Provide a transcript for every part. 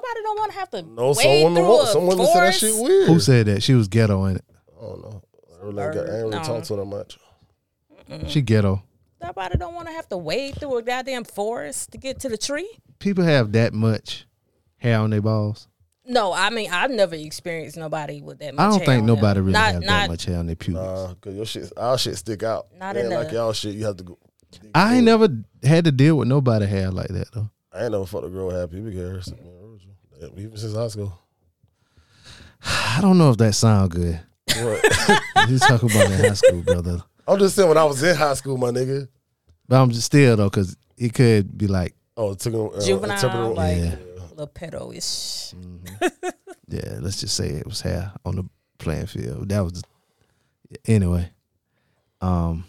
Nobody don't want to have to. No, wade someone through a want, some women said that forest. shit weird. Who said that? She was ghetto in it. I don't know. I really ain't got, I ain't really No. talked to her much. Mm. She ghetto. Nobody don't want to have to wade through a goddamn forest to get to the tree. People have that much hair on their balls. No, I mean I've never experienced nobody with that much. I don't hair think on them. nobody really Not have not that much hair on their pubes. Nah, Uh, cause your shit, our shit stick out. Not It ain't enough. like y'all shit. You have to go. I ain't never had to deal with nobody hair like that though. I ain't never fucked a girl happy because even since high school. I don't know if that sound good. What? You talk about in high school, brother. I'm just saying when I was in high school, my nigga. But I'm just still though, cause it could be like, Oh, it took him uh, Juvenile, interpreter- like- yeah, little pedo ish. yeah. Let's just say it was hair on the playing field. That was anyway. Um,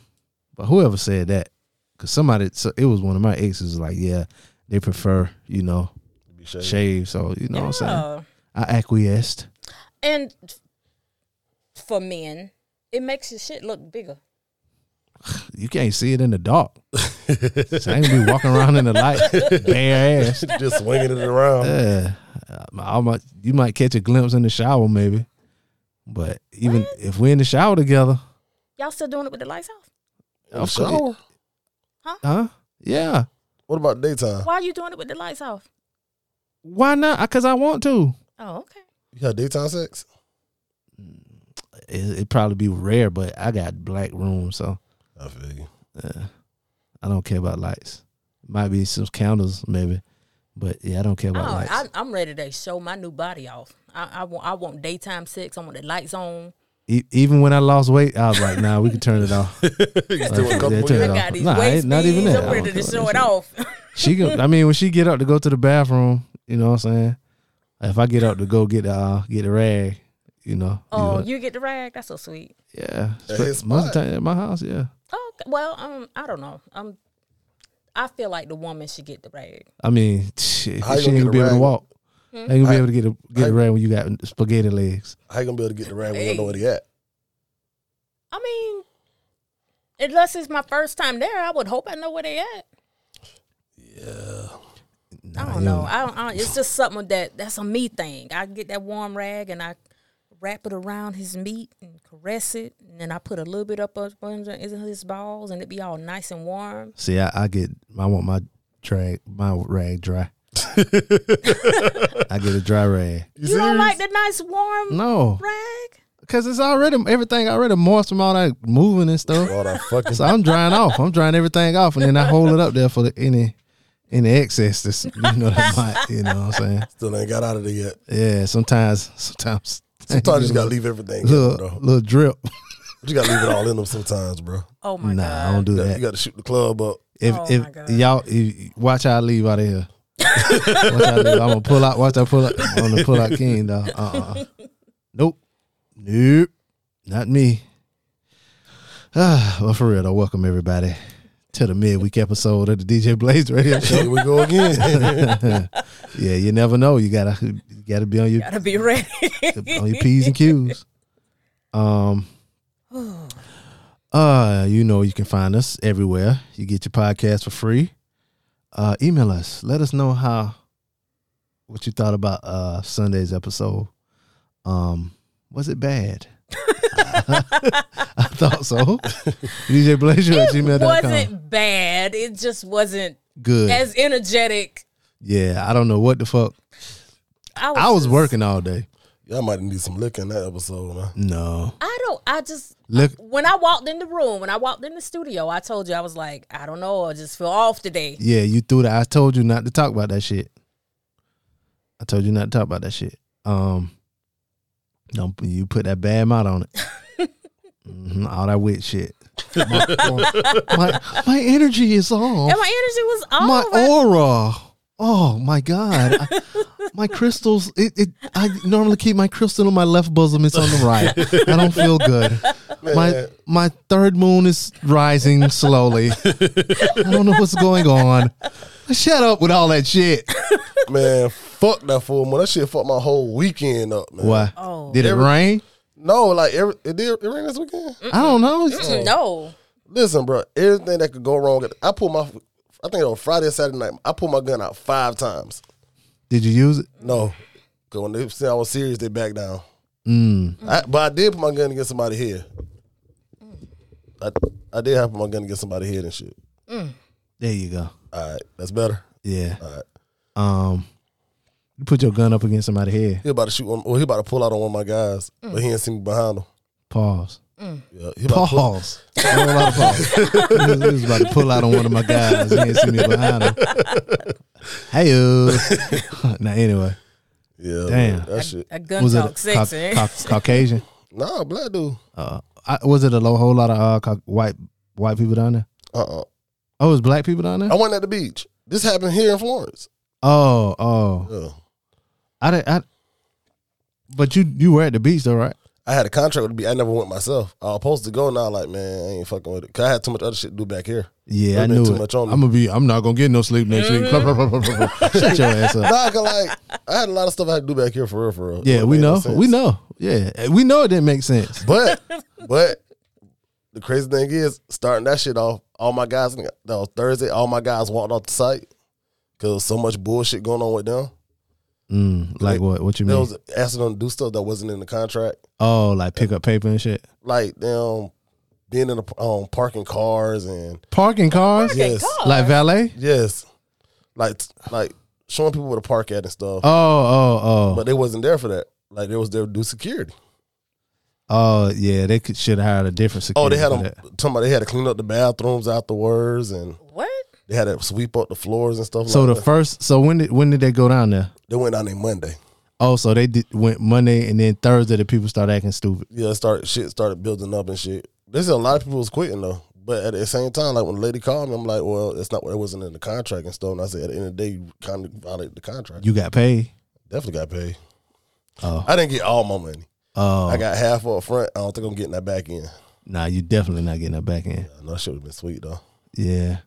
but whoever said that, cause somebody, so it was one of my exes. Like, yeah, they prefer you know Be shaved. shave. So you know what I'm saying. Yeah. I acquiesced. And for men, it makes your shit look bigger. You can't see it in the dark. so I can be walking around in the light, bare ass. just swinging it around. Yeah, Uh, I might, you might catch a glimpse in the shower, maybe. But even if we're in the shower together, Y'all still doing it with the lights off? of Shower? course- huh? Yeah. What about daytime? Why are you doing it with the lights off? Why not? Because I want to. Oh, okay. You had daytime sex? It, it'd probably be rare, but I got black room, so I feel you. I don't care about lights. Might be some candles, maybe, but yeah, I don't care about Oh, lights. I, I'm ready to show my new body off. I, I want I want daytime sex. I want the lights on. E- even when I lost weight, I was like, "Nah, we can turn it off." you still Yeah, comfortable? too. I Yeah. got these Nah, waist ain't- not even beads. that. I'm I ready don't to care show about it off. She, can, I mean, when she get up to go to the bathroom, you know what I'm saying. If I get up to go get the uh, get the rag, you know. Oh, you know, you get the rag. That's so sweet. yeah. At his Most of spot. the time at my house, yeah. Oh okay. well, um, I don't know. Um, I feel like the woman should get the rag. I mean, shit, How you she gonna ain't get gonna be a able to rag? walk. Hmm? Ain't gonna be How- able to get a get how- a rag when you got spaghetti legs. How you gonna be able to get the rag when you don't know where he at? I mean, unless it's my first time there, I would hope I know where they at. Nah, I you don't know. I don't. I don't it's just something that that's a me thing. I get that warm rag and I wrap it around his meat and caress it, and then I put a little bit up up under isn't his balls, and it be all nice and warm. See, I, I get I want my drag my rag dry. I get a dry rag. You, don't like the nice warm No, rag? because it's already everything already moist from all that moving and stuff. All that fucking So I'm drying off. I'm drying everything off, and then I hold it up there for the, any any excess. That's, you know that might. You know what I'm saying? still ain't got out of there yet. Yeah. Sometimes, sometimes, Sometimes you just gotta leave everything in, little bro. little drip. You gotta leave it all in them sometimes, bro. Oh my god! Nah, I don't do You gotta, that. you gotta shoot the club up. if Oh, if my God. y'all if, watch how I leave out of here. watch how I leave. I'm gonna pull out. Watch I pull out. I'm gonna pull out King though. Uh. uh Nope. Nope. Not me. Ah, well, for real though. Welcome everybody to the midweek episode of the DJ Blaze Radio Show. Here we go again. Yeah, you never know. You gotta you gotta be on your Gotta be ready. on your p's and q's. Um. Uh, you know you can find us everywhere. You get your podcast for free. Uh, email us. Let us know how what you thought about uh Sunday's episode. Um, was it bad? I thought so. DJ Blazer at it gmail.com. wasn't bad. It just wasn't Good. as energetic. yeah, I don't know what the fuck. I was, I was just- working all day. Y'all might need some liquor in that episode, man. No. I don't. I just Look, when I walked in the room, when I walked in the studio, I told you I was like, I don't know, I just feel off today. Yeah, you threw that. I told you not to talk about that shit. I told you not to talk about that shit. Um, don't you put that bad mouth on it? Mhm, all that wit shit. My, my, my energy is off. And my energy was off. My I- aura. Oh my god. I- my crystals. It, it. I normally keep my crystal on my left bosom. It's on the right. I don't feel good. My my third moon is rising slowly. I don't know what's going on. Shut up with all that shit. Man, fuck that full moon. That shit fucked my whole weekend up, man. Why? Oh. Did it rain? No, like every, it did it rained this weekend. I don't know. It's- no. Listen, bro, everything that could go wrong. I pulled my, I think on Friday, Saturday night, I pulled my gun out five times. Did you use it? No, because when they said I was serious, they backed down. Mm. I, but I did put my gun against somebody's head. I I did have my gun against somebody's head and shit. There you go. All right, that's better. Yeah. All right, Um, you put your gun up against somebody's head. he about to shoot one. Well, he about to pull out on one of my guys, but he ain't seen me behind him. Pause. Yeah, he about to pull- Pause. I don't like pause. He was about to pull out on one of my guys. He didn't see me behind him. Hey, now anyway, yeah, Damn. man, that shit. A gun was it talk a, Cau- sexy. eh? Cau- Caucasian? Nah, black dude. Uh, I, was it a lo- whole lot of uh, Cau- white white people down there? Uh uh Oh, it was black people down there? I wasn't at the beach. This happened here in Florence. Oh, oh, Yeah. I, did, I. But you you were at the beach though, right? I had a contract with the beach. I never went myself. I was supposed to go, now like, man, I ain't fucking with it. Cause I had too much other shit to do back here. Yeah, I Would've knew been too it. much on me. I'm gonna be. I'm not gonna get no sleep next week. Mm-hmm. Shut your ass up. Nah, cause like I had a lot of stuff I had to do back here for real, for real. Yeah, It we made no know. sense. we know. Yeah, we know it didn't make sense. But but the crazy thing is, starting that shit off, all my guys that was Thursday, all my guys walked off the site because so much bullshit going on with them. Mm, like what? What you They mean? was asking them to do stuff that wasn't in the contract, oh, like pick up paper and shit. like them being in the um, parking cars and Parking cars. Parking Yes. cars? Like valet. yes, like like showing people where to park at and stuff. Oh, oh, oh, But they wasn't there for that. Like they was there to do security. oh. Yeah, they could should have hired a different Oh, security. they had them. for that. Talking about they had to clean up the bathrooms afterwards, and What? they had to sweep up the floors and stuff. So like the that. first. So when did when did they go down there? they went down there Monday. Oh, so they did, went Monday and then Thursday. The people started acting stupid. yeah, start shit started building up and shit. There's a lot of people was quitting though. But at the same time, like when the lady called me, I'm like, well, that's not what it wasn't in the contract and stuff. And I said, at the end of the day, you kind of violated the contract. You You got paid. definitely got paid. Oh. I didn't get all my money. Oh, I got half up front. I don't think I'm getting that back in. nah, you definitely not getting that back in. I know that shit would have been sweet though. Yeah.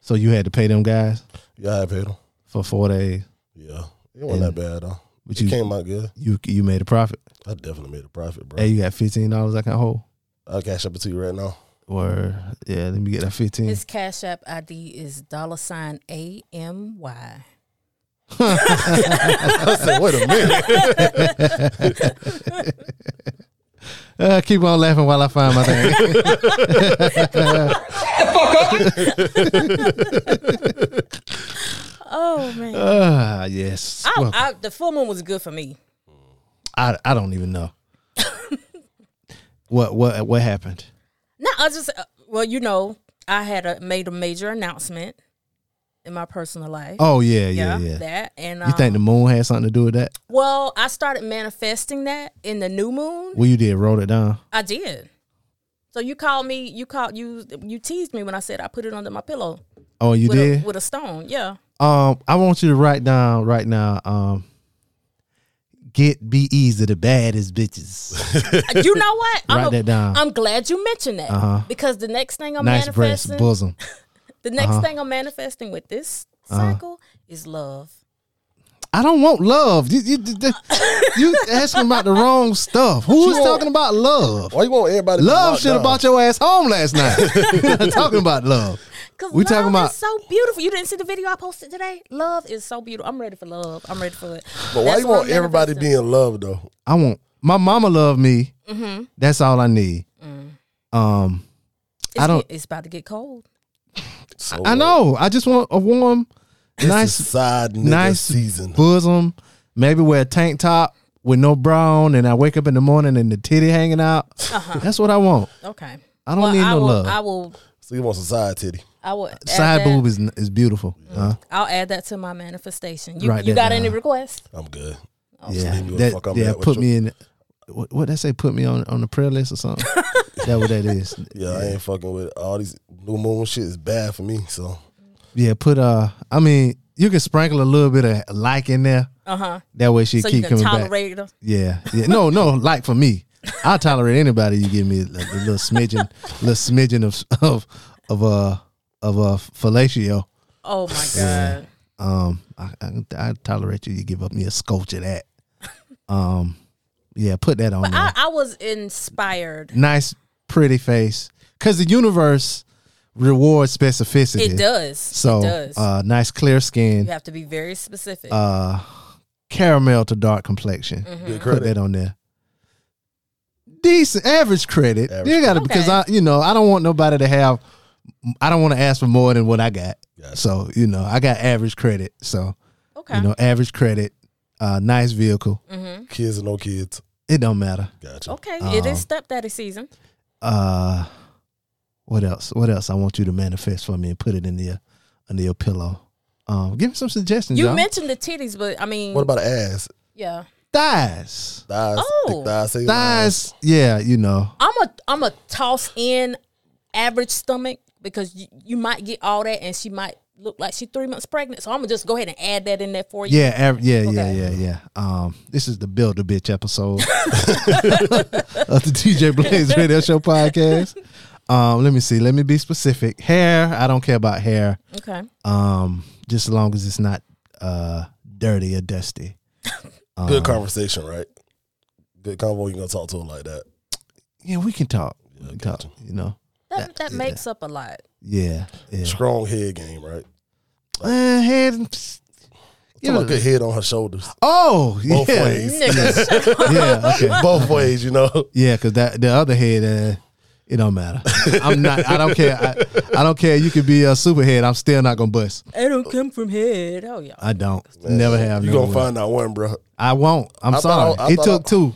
So you had to pay them guys Yeah, I paid him. for four days. Yeah. It wasn't And- that bad though. but But you- it came out good. You you made a profit. I definitely made a profit, bro. Hey, you got fifteen dollars I can hold. I'll cash up it to you right now. Or yeah, let me get that fifteen. His Cash App ID is dollar sign A M Y. I said, wait a minute. Uh, keep on laughing while I find my thing. Oh man. Ah, yes. I, Well, I, the full moon was good for me. I I don't even know. what what what happened? No, I just uh, well, you know, I had a, made a major announcement in my personal life. Oh yeah yeah yeah. that and um, You think the moon had something to do with that? well, I started manifesting that in the new moon. Well, you did wrote it down. I did. So you called me. You called you. You teased me when I said I put it under my pillow Oh, you with did. a, with a stone. Yeah. Um, I want you to write down right now. Um, get be easy the baddest bitches. you know what? I'm Write that down. Uh-huh. I'm glad you mentioned that because the next thing I'm nice Uh-huh. breasts, manifesting, bosom. the next thing I'm manifesting with this Uh-huh. cycle is love. I don't want love. You, you, you- you asking about the wrong stuff. Who's want- talking about love? Why you want everybody to be Love locked should have down? brought your ass home last night. We're not talking about love. Cause We love talking about- is so beautiful. You didn't see the video I posted today. Love is so beautiful. I'm ready for love. I'm ready for it. But why That's you what want I'm everybody to manifesting. be in love though? I want my mama love me. Mm-hmm. That's all I need. Mm. Um, It's I don't- get- it's about to get cold. So I know. I just want a warm, nice nice side nigga nice season. bosom. Maybe wear a tank top with no bra on, and I wake up in the morning and the titty hanging out. Uh-huh. That's what I want. Okay. I don't need I no will, love. I will. So you want some side titty? I will. add Side that. boob is n- is beautiful. Mm. Huh? I'll add that to my manifestation. You, Write you that got any down. requests? I'm good. Yeah, leave me where the that, fuck I'm yeah. at with Put you. me in. What, what they say? Put me on on the prayer list or something. that what that is. Yeah, I ain't fucking with it. all these new moon shit is bad for me. So Yeah. Put uh. I mean, you can sprinkle a little bit of like in there. Uh huh. That way she So you keep can coming back. tolerate them. Yeah. Yeah. No. No. Like for me, I will tolerate anybody. You give me a, a little smidgen, little smidgen of of of uh of uh fellatio. Oh my god. Um, I, I I tolerate you. You give up me a sculpture of that. Um, yeah. Put that on. there. I, I was inspired. nice, pretty face. Because the universe reward specificity. It does. So it does. Uh, nice clear you skin, have to be very specific. uh, caramel to dark complexion. Mm-hmm. Good Put credit. that on there. Decent average credit. Average you gotta credit. because I Okay. you know I don't want nobody to have. I don't want to ask for more than what I got. Gotcha. So you know I got average credit. So okay. you know average credit. Uh, nice vehicle. mm-hmm. Kids and no kids. It don't matter. Gotcha. Okay. Um, it is stepdaddy season. Uh, what else? What else? I want you to manifest for me and put it in the under your pillow. Um, give me some suggestions. You y'all. mentioned the titties, but I mean, What about ass? yeah. thighs. Thighs. Oh. Thick thighs. sexy Thighs. Yeah, you know. I'm a I'm a toss in average stomach because you, you might get all that and she might look like she's three months pregnant. So I'm gonna just go ahead and add that in there for you. Yeah, av- yeah, yeah, Okay. yeah, yeah. Um, this is the build a bitch episode of the DJ Blaze Radio Show podcast. Um, let me see. Let me be specific. Hair. I don't care about hair. Okay. Um, just as long as it's not uh dirty or dusty. thighs. Uh. Good conversation, right? Good convo. You gonna talk to him like that? Yeah, we can talk. We can talk. You know. That that makes up a lot. Yeah. Yeah. Strong head game, right? Uh, head. and- psst. Talking about good head on her shoulders, Oh, yeah, both ways, Niggas. yeah, okay. both ways. You know, Yeah, because that the other head, uh, it don't matter. I'm not. I don't care. I, I don't care. You could be a superhead. I'm still not gonna bust. I don't come from head. Oh yeah. I don't. Never have. you never gonna will. find out one, bro. I won't. I'm I sorry. thought I- I it thought took I- two.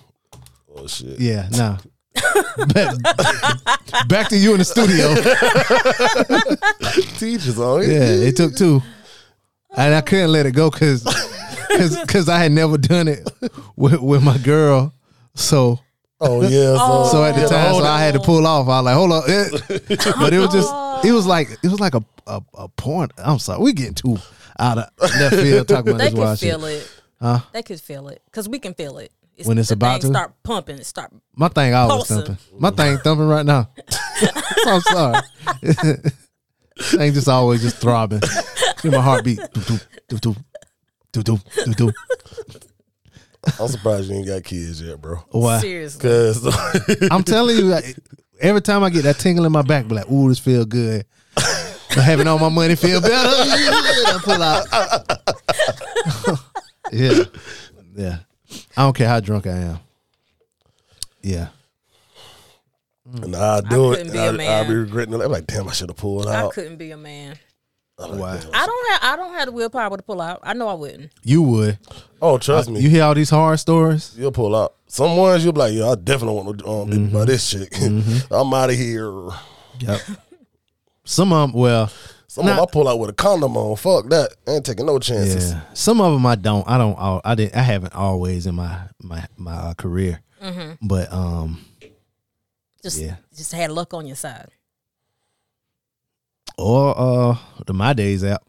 Oh shit. Yeah. Nah. back, back to you in the studio. Teachers on Yeah. it. It took two, and I couldn't let it go because because I had never done it with with my girl. So Oh yeah. So, So at the yeah, time, so whole- I had to pull off. I was like, hold up. It- but it was just, it was like, it was like a, a, a porn. I'm sorry, we getting too out of left field talking about They this can wild shit. feel it. They can feel it because we can feel it. When it's the about thing to? start pumping, it start. My thing always Pulsing. thumping. My thing thumping right now. So I'm sorry. thing just always just throbbing. In my heartbeat. Doop, doop, doop, doop, doop, doop, doop. I'm surprised you ain't got kids yet, bro. Why? Seriously, Cause I'm telling you, like, every time I get that tingle in my back, be like, ooh, this feel good. Having all my money feel better. I pull out. yeah. Yeah. I don't care how drunk I am. Yeah. and I do it. couldn't and be a I, man. I'll be regretting it. I'm like, damn, I should have pulled I out. couldn't be a man. I'm like, Wow. damn. I don't have I don't have the willpower to pull out. I know I wouldn't. You would. Oh, trust me. You hear all these horror stories? You'll pull out. Some ones you'll be like, yeah, I definitely want to um, Mm-hmm. buy this chick. I'm out of here. Yep. Some of them, well, Some of them I pull out with a condom on. Fuck that. I ain't taking no chances. yeah. Some of them I don't. I don't. al- I didn't. I haven't always in my my my uh, career. But um. Mm-hmm. Just Yeah. just had luck on your side. or uh the my days app.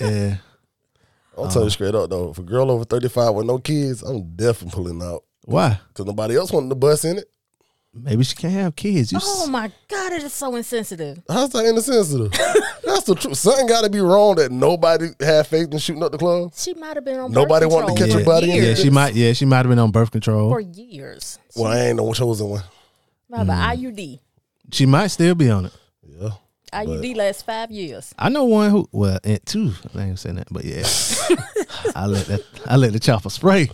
yeah. I'll uh-huh. tell you straight up though, if a girl over 35 with no kids, I'm definitely pulling out. Why? Cause nobody else wanted the bus in it. Maybe she can't have kids. You Oh s- my god, it is so insensitive. How's that insensitive? That's the truth. Something got to be wrong that nobody had faith in shooting up the club. She might have been on Nobody birth wanted to control catch for a body in years. there. yeah, she might yeah, she might have been on birth for control. years. Well, I ain't no chosen one. Might have Hmm. an IUD. She might still be on it. Yeah. IUD lasts five years. I know one who well and two. I ain't saying that, but yeah. I let that I let the chopper spray.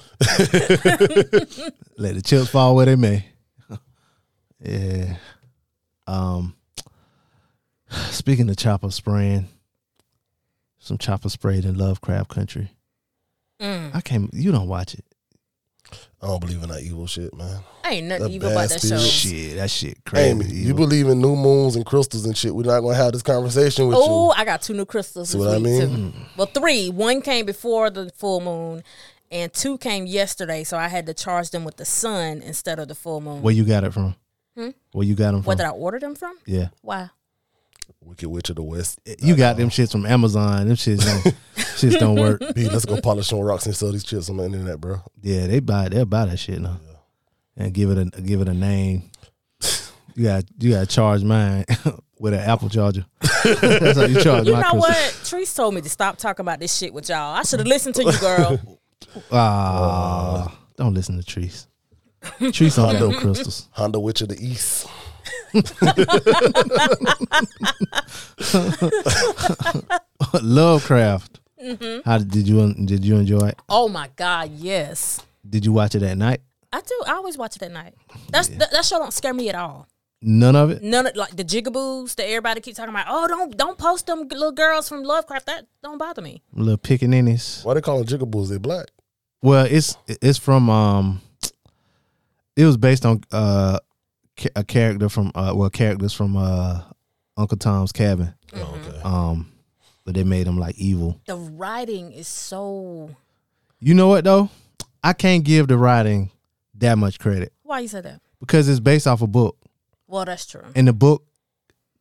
let the chips fall where they may. yeah. Um speaking of chopper spraying, some chopper sprayed in Lovecraft Country. Mm. I can't you don't watch it. I don't believe in that evil shit, man. I ain't nothing The evil about that bastard. show. Shit, that shit Amy, crazy. you believe in new moons and crystals and shit. We're not gonna have this conversation with Oh, I got two new crystals. See this what I week, Too. Well, three. One came before the full moon, and two came yesterday. So I had to charge them with the sun instead of the full moon. Where you got it from? Where you got them Where from? Hmm? did I order them from? yeah. Why? you. Wicked Witch of the West. You got them shits from Amazon. Them shits don't shits don't work. B, let's go polish on rocks and sell these chips on the internet, bro. Yeah, they buy they'll buy that shit now. And give it a give it a name. you got you gotta charge mine with an Apple charger. That's how you charge You my know Christmas. what? Trees told me to stop talking about this shit with y'all. I should have listened to you, girl. Ah, don't listen to trees. Trees don't know crystals. Honda Witch of the East. Lovecraft. Mm-hmm. How did did you did you enjoy it? Oh my God, yes. Did you watch it at night? I do. I always watch it at night. That's that, that show don't scare me at all. None of it. None of like the jigaboos that everybody keeps talking about. Oh, don't don't post them little girls from Lovecraft. That don't bother me. Little pickaninnies. Why they call them jigaboos? They black. Well, it's it's from um, it was based on uh, ca- a character from uh, well characters from uh, Uncle Tom's Cabin. Oh, okay. Um, but they made them like evil. The writing is so. You know what though? I can't give the writing that much credit Why you say that? because it's based off a book, Well, that's true. and the book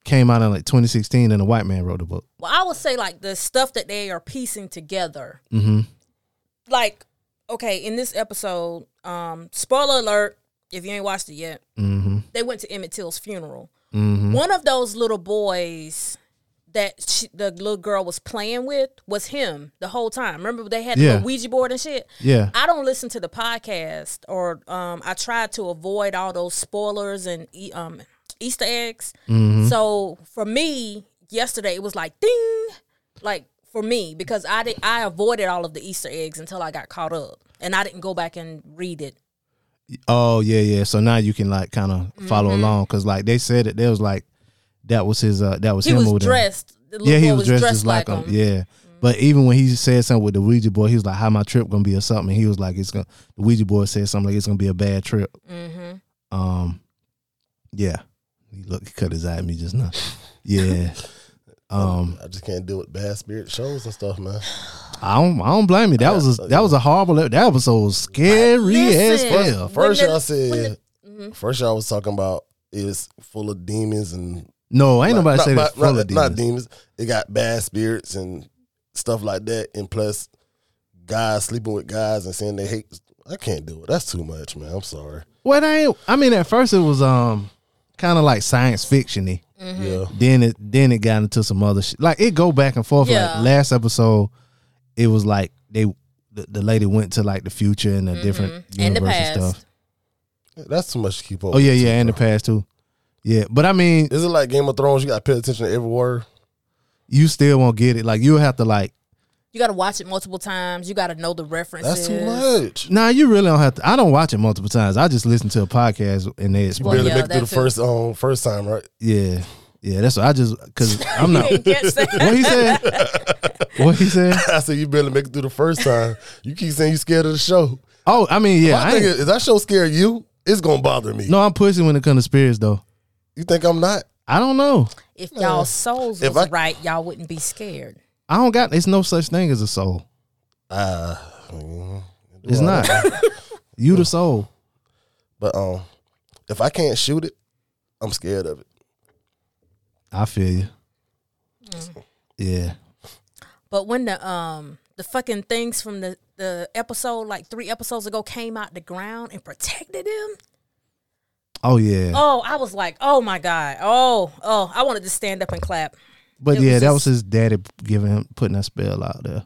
came out in like 2016, and a white man wrote the book. Well, I would say like the stuff that they are piecing together. Mm-hmm. Like, okay, in this episode, um, spoiler alert, if you ain't watched it yet, Mm-hmm. they went to Emmett Till's funeral. Mm-hmm. One of those little boys that she, the little girl was playing with was him the whole time. Remember they had the Yeah. little Ouija board and shit. Yeah. I don't listen to the podcast, or um, I try to avoid all those spoilers and e- um, Easter eggs. Mm-hmm. So for me, yesterday it was like ding, like for me because I did I avoided all of the Easter eggs until I got caught up, and I didn't go back and read it. Oh yeah, yeah. So now you can like kind of follow Mm-hmm. along because like they said it. They was like that was his. uh That was He him. was over there. dressed. The little Yeah, he boy was dressed, just like him. Yeah. But even when he said something with the Ouija boy, he was like, "How my trip gonna be or something?" He was like, "It's gonna." The Ouija boy said something like, "It's gonna be a bad trip." Mm-hmm. Um, yeah. He look, he cut his eye at me just now. Yeah. um, I just can't deal with bad spirit shows and stuff, man. I don't, I don't blame you. That was a, that was a horrible. ep- That episode was scary as Listen. hell. First, When the- y'all when said, first y'all was talking about it's full of demons and No, ain't Not- nobody not- say not- that. Full not, of not demons. demons. It got bad spirits and stuff like that, and plus guys sleeping with guys and saying they hate. I can't do it. That's too much, man. I'm sorry. Well, I ain't, I mean, at first it was um kind of like science fictiony. Mm-hmm. Yeah, Then it then it got into some other shit. Like it go back and forth. Yeah. Like last episode, it was like they the, the lady went to like the future and the different Mm-hmm. And the universe past. and stuff. that's too much to keep up. Oh yeah, with, yeah, too, and the bro. past too. Yeah, but I mean, Is it like Game of Thrones? You got to pay attention to every word. you still won't get it. Like you'll have to like. You got to watch it multiple times. You got to know the references. That's too much. Nah, you really don't have to. I don't watch it multiple times. I just listen to a podcast and they You explain. Well, barely yeah, make it through the that too. first um first time, right? Yeah, yeah. That's what I just because I'm not. Didn't catch that. what he said? What he said? I said you barely make it through the first time. You keep saying you scared of the show. Oh, I mean, yeah. I I think ain't- if that show scare you, it's gonna bother me. No, I'm pushing when it comes to spirits, though. You think I'm not? I don't know. if y'all souls If was I- right, y'all wouldn't be scared. I don't got. It's no such thing as a soul. Ah, mm, It's well, not. you the soul. But um, if I can't shoot it, I'm scared of it. I feel you. Yeah. But when the um the fucking things from the the episode like three episodes ago came out the ground and protected him, Oh yeah. oh, I was like, oh my god, oh oh, I wanted to stand up and clap. but it yeah, was that just- was his daddy giving him putting that spell out there.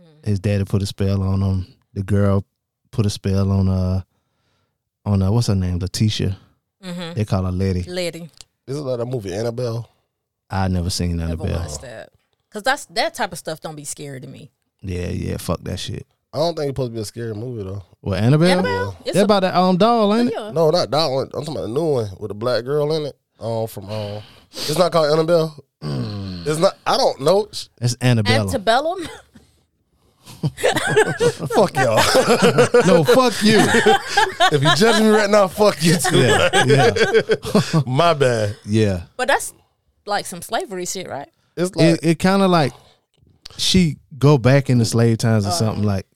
Mm. His daddy put a spell on him. The girl put a spell on uh on uh what's her name? Letitia. Mm-hmm. They call her Letty. Letty, This is like that movie Annabelle. I never seen never Annabelle. watched that because that's that type of stuff don't be scary to me. Yeah, yeah. Fuck that shit. I don't think it's supposed to be a scary movie though. Well, Annabelle. Annabelle, it's That a, about that um doll, ain't it? yeah. No, not that one. I'm talking about the new one with the black girl in it. Um, from um, it's not called Annabelle. Mm. It's not. I don't know. Sh- That's Annabella. Antebellum. Fuck y'all. no, fuck you. if you judging me right now, fuck you too. yeah, yeah, My bad. yeah. but that's like some slavery shit, right? It's like It, it kind of like she go back into slave times or Uh-huh. something. Like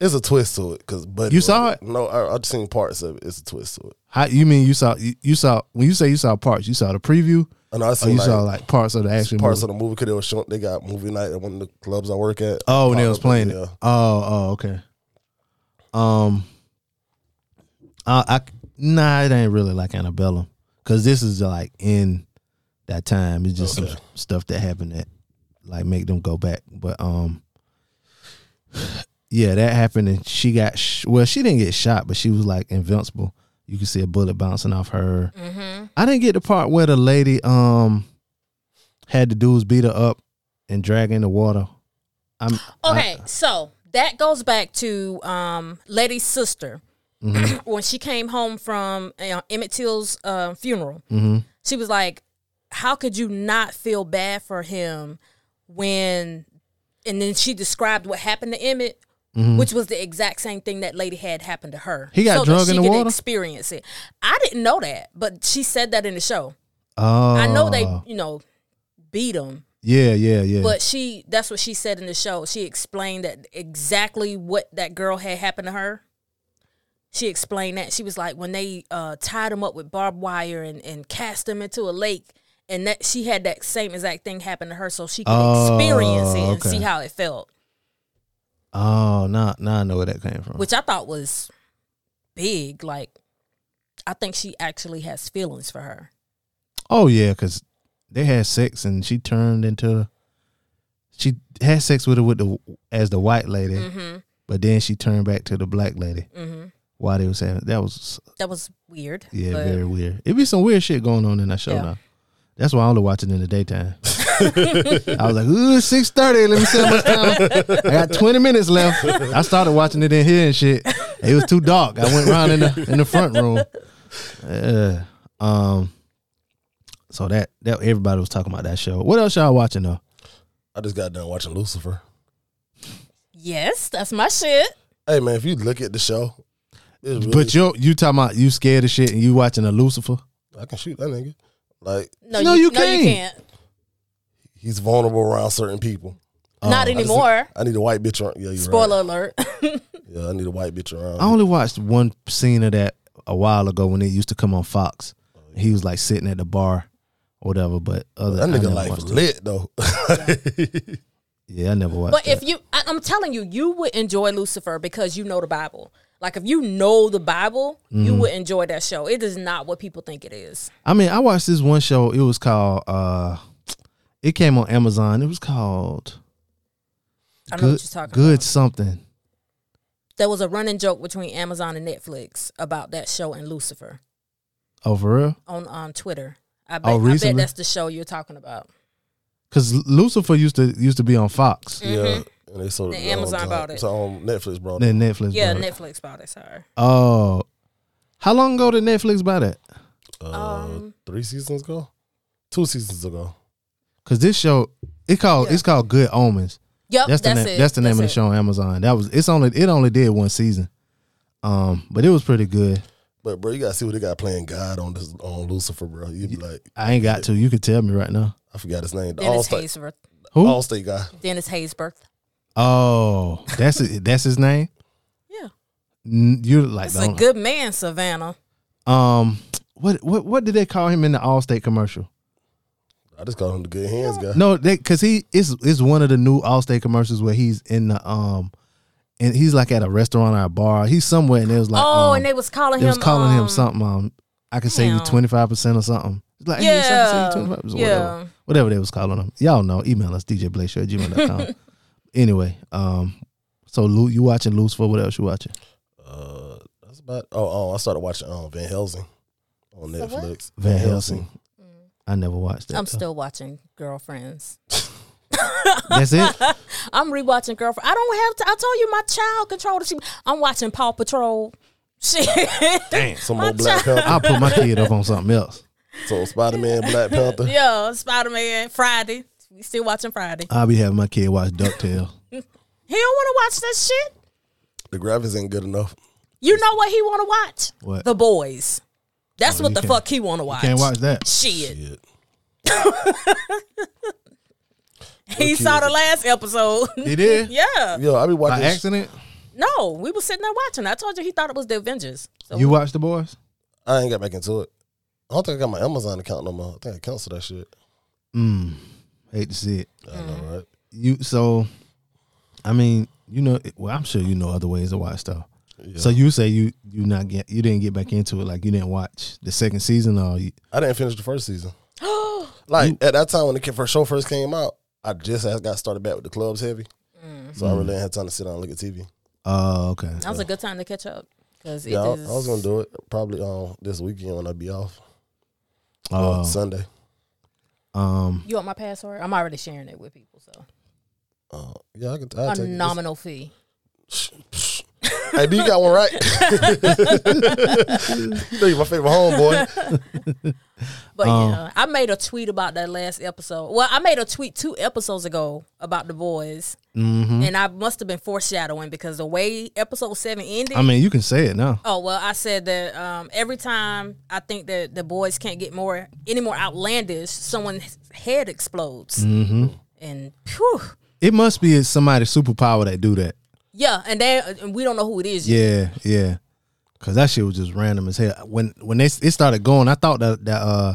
it's a twist to it because but You saw it? No, I, I've seen parts of it. It's a twist to it. how you mean you saw you, you saw when you say you saw parts, you saw the preview And I or seen Oh, you like, saw like parts of the actual parts movie? of the movie because they were showing. They got movie night at one of the clubs I work at. oh, and they was Probably, playing yeah. it. Oh, oh, okay. Um, I, I nah, it ain't really like Annabella because this is like in that time. It's just some Okay. stuff that happened that like make them go back. But um, yeah, that happened, and she got sh- well. She didn't get shot, but she was like invincible. You could see a bullet bouncing off her. Mm-hmm. I didn't get the part where the lady um had the dudes beat her up and drag her in the water. I'm Okay, Uh-huh. so that goes back to um, Letty's sister Mm-hmm. when she came home from uh, Emmett Till's uh, funeral. hmm She was like, "How could you not feel bad for him when?" And then she described what happened to Emmett, which was the exact same thing that lady had happened to her. Mm-hmm. He got so drug that she in the could water? Experience it. I didn't know that, but she said that in the show. Oh, I know they, you know, beat him, Yeah, yeah, yeah. but she that's what she said in the show. She explained that exactly what that girl had happened to her. She explained that. She was like when they uh tied him up with barbed wire and, and cast him into a lake and that she had that same exact thing happen to her so she could Oh, experience it and okay. see how it felt. oh, now now I know where that came from. Which I thought was big. Like I think she actually has feelings for her. oh yeah, because they had sex and she turned into she had sex with her with the as the white lady, Mm-hmm. but then she turned back to the black lady Mm-hmm. while they was having that was That was weird. yeah but- very weird. It be some weird shit going on in that show Yeah. now. That's why I only watch it in the daytime. I was like, ooh, six thirty. Let me see how much time I got. Twenty minutes left. I started watching it in here and shit. It was too dark. I went round in the in the front room. Yeah. Um. So that that everybody was talking about that show. What else y'all watching though? I just got done watching Lucifer. Yes, that's my shit. Hey man, if you look at the show, it's really, But you you talking about you scared of shit and you watching a Lucifer? I can shoot that nigga. Like No, No, you, you no, you can't. can't. he's vulnerable around certain people. Oh, Not I just- anymore. I need a white bitch around. Yeah, you Spoiler alert. Yeah, I need a white bitch around. I only watched one scene of that a while ago when it used to come on Fox. Oh, He was like sitting at the bar, or whatever. But other that I nigga never life watched it. lit though. Mm-hmm. Yeah, I never watched. but that. if you, I, I'm telling you, you would enjoy Lucifer because you know the Bible. Like if you know the Bible, Mm. you would enjoy that show. It is not what people think it is. I mean, I watched this one show. It was called. uh It came on Amazon. It was called I know Good, what you're talking Good about. Something. There was a running joke between Amazon and Netflix about that show and Lucifer Oh, for real? on on Twitter. I bet, Oh, I bet recently? that's the show you're talking about. Because Lucifer used to used to be on Fox. yeah, and they sold Then it on Amazon time. bought it. So on Netflix brought it. Then Netflix. Yeah, bought it. Netflix bought it. Sorry. Oh, how long ago did Netflix buy that? Uh, Um, three seasons ago, two seasons ago. Because this show, it called Yeah. it's called Good Omens. Yep, that's, that's the name, it. that's the name of the show on Amazon. That was it's only it only did one season, um, but it was pretty good. But bro, you gotta see what they got playing God on this on Lucifer, bro. You be like, I ain't got to. You could tell me right now. I forgot his name. The All Dennis state, Haysbert. Who? All state guy. Dennis Haysbert. Oh, that's it. That's his name. Yeah, N- You're like it's the a only- good man, Savannah. um. What what what did they call him in the Allstate commercial? I just call him the good hands guy. No, they because he is is one of the new Allstate commercials where he's in the um, and he's like at a restaurant or a bar. He's somewhere and it was like oh, um, and they was calling they him. was calling him um, something. Um, I can save you damn. twenty five percent or something. It's Like, hey, something, save Yeah, you 25% or yeah. whatever. whatever they was calling him. Y'all know. Email us djblayshow at gmail.com. anyway, um, so Lou, you watching Lucifer? What else you watching? Uh, that's about. Oh, oh, I started watching um, Van Helsing on So what? Netflix. Van Helsing. Mm. I never watched that. I'm though. still watching Girlfriends. That's it. I'm rewatching Girlfriend. I don't have to. I told you my child control. She, I'm watching Paw Patrol. Shit. Damn, some more My Black Panther, I'll put my kid up on something else. so Spider Man, Black Panther. yeah, Spider Man. Friday. We still watching Friday. I'll be having my kid watch Ducktail. He don't want to watch that shit. The graphics ain't good enough. You know what he want to watch? What? Oh, The Boys. That's what you the can't- fuck he want to watch. Can't watch that. Shit. Shit. He saw the last episode. He did yeah. Yo, I be by watching. sh- accident. No, we was sitting there watching. I told you he thought it was The Avengers. So You watched the boys? I ain't got back into it. I don't think I got my Amazon account no more. I think I canceled that shit. Mm. Hate to see it. I know, right? You so, I mean, you know, well, I'm sure you know other ways to watch stuff. Yeah. So you say you you not get you didn't get back into it like you didn't watch the second season or you, I didn't finish the first season. like at that time when the kid- first show first came out, I just had- got started back with the clubs heavy, so I really didn't have time to sit down and look at TV. Oh, okay. Mm. That was a good time to catch up because Yeah, I, I it is. was gonna do it probably um this weekend when I be off uh, Oh, Sunday. um, You want my password? I'm already sharing it with people. So Uh, yeah, I can. I a take it. nominal fee. It's- hey, B, you got one right. you know you're my favorite homeboy. But yeah, I made a tweet about that last episode. Well, I made a tweet two episodes ago about the boys, and I must have been foreshadowing because the way episode seven ended. I mean, you can say it now. oh well, I said that um, every time I think that the boys can't get more any more outlandish, someone's head explodes, and phew, It must be somebody superpower that do that. yeah, and they and we don't know who it is. yet. Yeah, yeah. Cause that shit was just random as hell. When when they it started going, I thought that that uh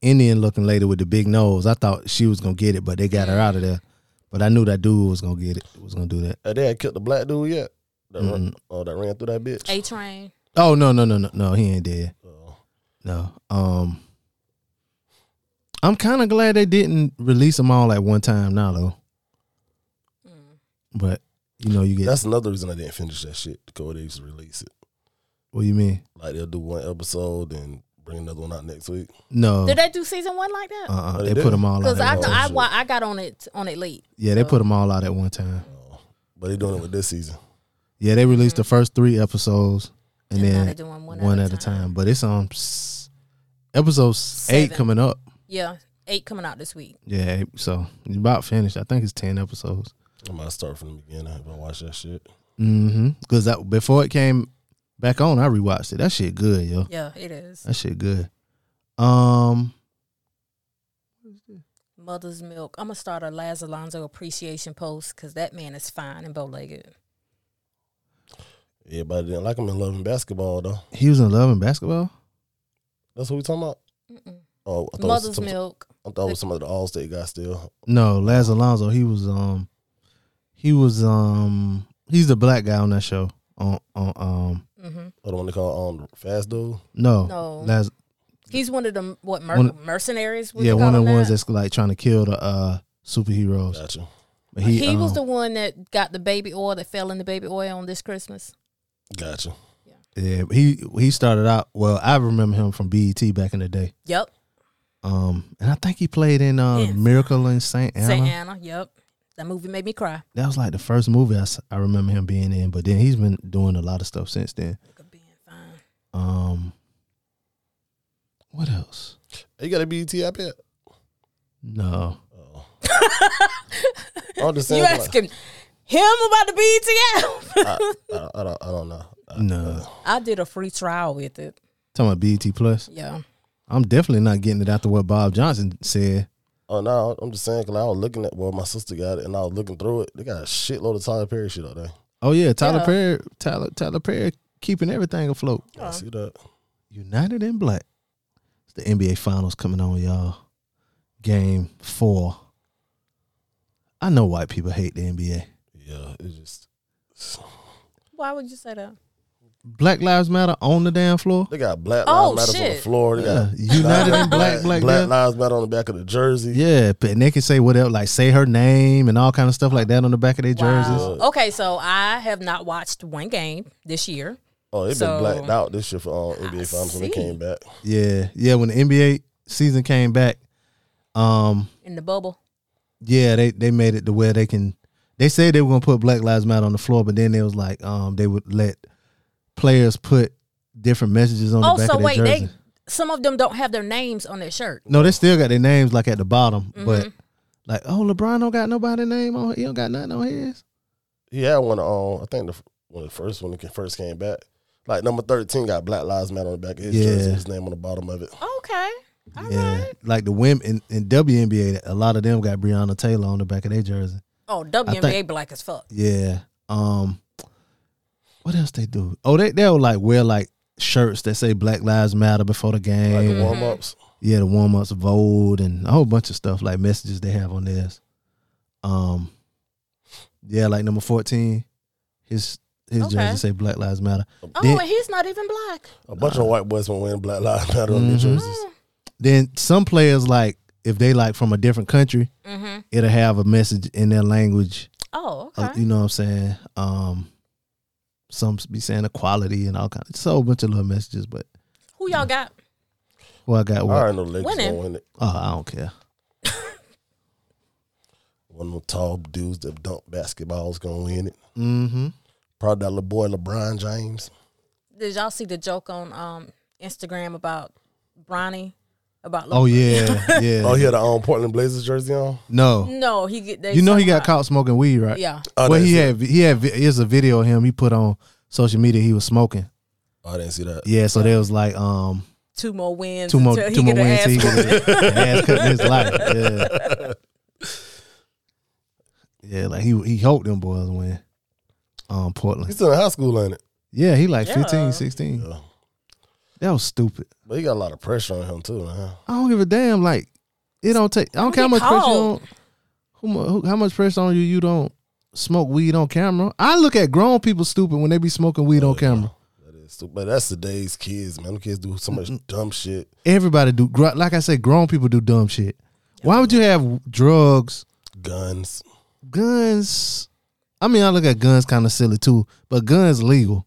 Indian looking lady with the big nose, I thought she was gonna get it, but they got her out of there. But I knew that dude was gonna get it. Was gonna do that. Hey, they ain't killed the black dude yet. That, run, oh, that ran through that bitch. Uh, A train. Oh no no no no no he ain't dead. No. Um. I'm kind of glad they didn't release them all at one time now though. But you know you get That's another reason I didn't finish that shit. Because they used to release it. what you mean? Like they'll do one episode and bring another one out next week. No. Did they do season one like that? uh-uh. Oh, They they put did? them all out. Because I At, know Oh, I, shit. wa- I got on it on it late. yeah, they put them all out at one time. Uh, But they doing it with this season. Yeah, they released the first three episodes, And and, now then Mm-hmm. they're doing one one, at a at a time. time. But it's on s- episode eight Seven. coming up. Yeah, eight coming out this week. Yeah, eight, so it's about finished. I think it's ten episodes. I might start from the beginning if I watch that shit. Mm-hmm. Because that before it came back on, I rewatched it. That shit good, yo. Yeah, it is. That shit good. Um, Mother's milk. I'm gonna start a Laz Alonso appreciation post because that man is fine and bow legged. Everybody didn't like him in loving basketball though. he was in love and basketball. That's what we talking about. Oh, I thought it was Mother's some, milk. I thought it was some of the All State guys still. No, Laz Alonso. He was um, he was um, he's the black guy on that show. On on um, hmm Or the one they call um fast dude. no, No. Oh, Laz, He's one of the what mer- One- mercenaries. would yeah, you one call of the him ones that? that's like trying to kill the uh superheroes. Gotcha. But He, was um, the one that got the baby oil that fell in the baby oil on this Christmas. Gotcha. Yeah, he he started out. Well, I remember him from BET back in the day. Yep, Um, and I think he played in uh, Yeah. Miracle in Saint Anna. Saint Anna. Yep, that movie made me cry. That was like the first movie I, s- I remember him being in. But then he's been doing a lot of stuff since then. Look at being fine. Um, what else? You got a E BET app yet? No, Oh. I'm just saying. You like, asking him about the BTL? I, I, I, don't, I don't know. I, no. I did a free trial with it. Talking about BET Plus, Yeah. I'm definitely not getting it after what Bob Johnson said. Oh no, I'm just saying because I was looking at well, my sister got it and I was looking through it. They got a shitload of Tyler Perry shit out there. Oh yeah, Tyler Yeah. Perry, Tyler Tyler Perry keeping everything afloat. Oh. I see that. United in Black. It's the NBA Finals coming on, y'all. Game four. I know white people hate the NBA. Yeah, it's just Why would you say that? Black Lives Matter on the damn floor. they got black Oh, lives matter on the shit. floor. They Yeah. got United in Black, black, black lives. lives matter on the back of the jersey. Yeah, but- and they can say whatever, like say her name and all kind of stuff like that on the back of their jerseys. Wow. Okay, so I have not watched one game this year. Oh, it So- been blacked out this shit for um, NBA finals when they see. came back. Yeah, yeah. When the NBA season came back, um, in the bubble. yeah, they they made it to where they can. They said they were gonna put Black Lives Matter on the floor, but then they was like, um, they would let players put different messages on Oh, the back so of their wait, jersey. they some of them don't have their names on their shirt. No, they still got their names like at the bottom, Mm-hmm. but like, oh, LeBron don't got nobody name on. He don't got nothing on his. He had one on. I think the f- when the first when it first came back, like number thirteen got black lives matter on the back of his Yeah. jersey. His name on the bottom of it. Okay. all right. yeah, like the women in, in WNBA, a lot of them got Breonna Taylor on the back of their jersey. Oh, WNBA think- black as fuck. Yeah. Um, what else they do? Oh, they they'll like wear like shirts that say Black Lives Matter before the game. Like the warm ups. yeah, the warm ups, Vold, and a whole bunch of stuff like messages they have on theirs. Um, yeah, like number fourteen, his his Okay. jersey say Black Lives Matter. Oh, Then- and he's not even black. Oh. A bunch of white boys been wearing Black Lives Matter on their Mhm. jerseys. then some players like if they like from a different country Mm-hmm. it'll have a message in their language Oh, uh, okay. you know what i'm saying um some be saying equality and all kind of so a bunch of little messages. But Who y'all got? well, I got I what? already know the Lakers Winning. gonna win it. Oh, I don't care. One of them tall dudes that dunk basketballs gonna win it. Mm-hmm. Probably that little boy LeBron James. Did y'all see the joke on um, Instagram about Bronny? About Oh yeah, yeah. Oh, he had the um, Portland Blazers jersey on. No, no, he get they you know he somehow- got caught smoking weed, right? Yeah, Oh, well, I didn't he see- had he had here's a video of him he put on social media. He was smoking. Oh, I didn't see that. Yeah, so there was like um two more wins. two more until he two more get an wins. ass till He whooping. get an ass cut in his life. Yeah. Yeah, like he he hoped them boys win. Um, He's Portland. still in high school, ain't it? Yeah, he like Yeah. fifteen, sixteen. 15, 16. Yeah. That was stupid. But he got a lot of pressure on him too, man. I don't give a damn. Like it don't take. I don't Don't care how get much pressure. cold. On, who, mu- who, how much pressure on you? You don't smoke weed on camera. I look at grown people stupid when they be smoking weed on camera. That is stupid. But that's today's kids, man. Them kids do so much dumb shit. Everybody do. gr- Like I said, grown people do dumb shit. Why would you have drugs, Guns. guns? I mean, I look at guns kind of silly too, but guns legal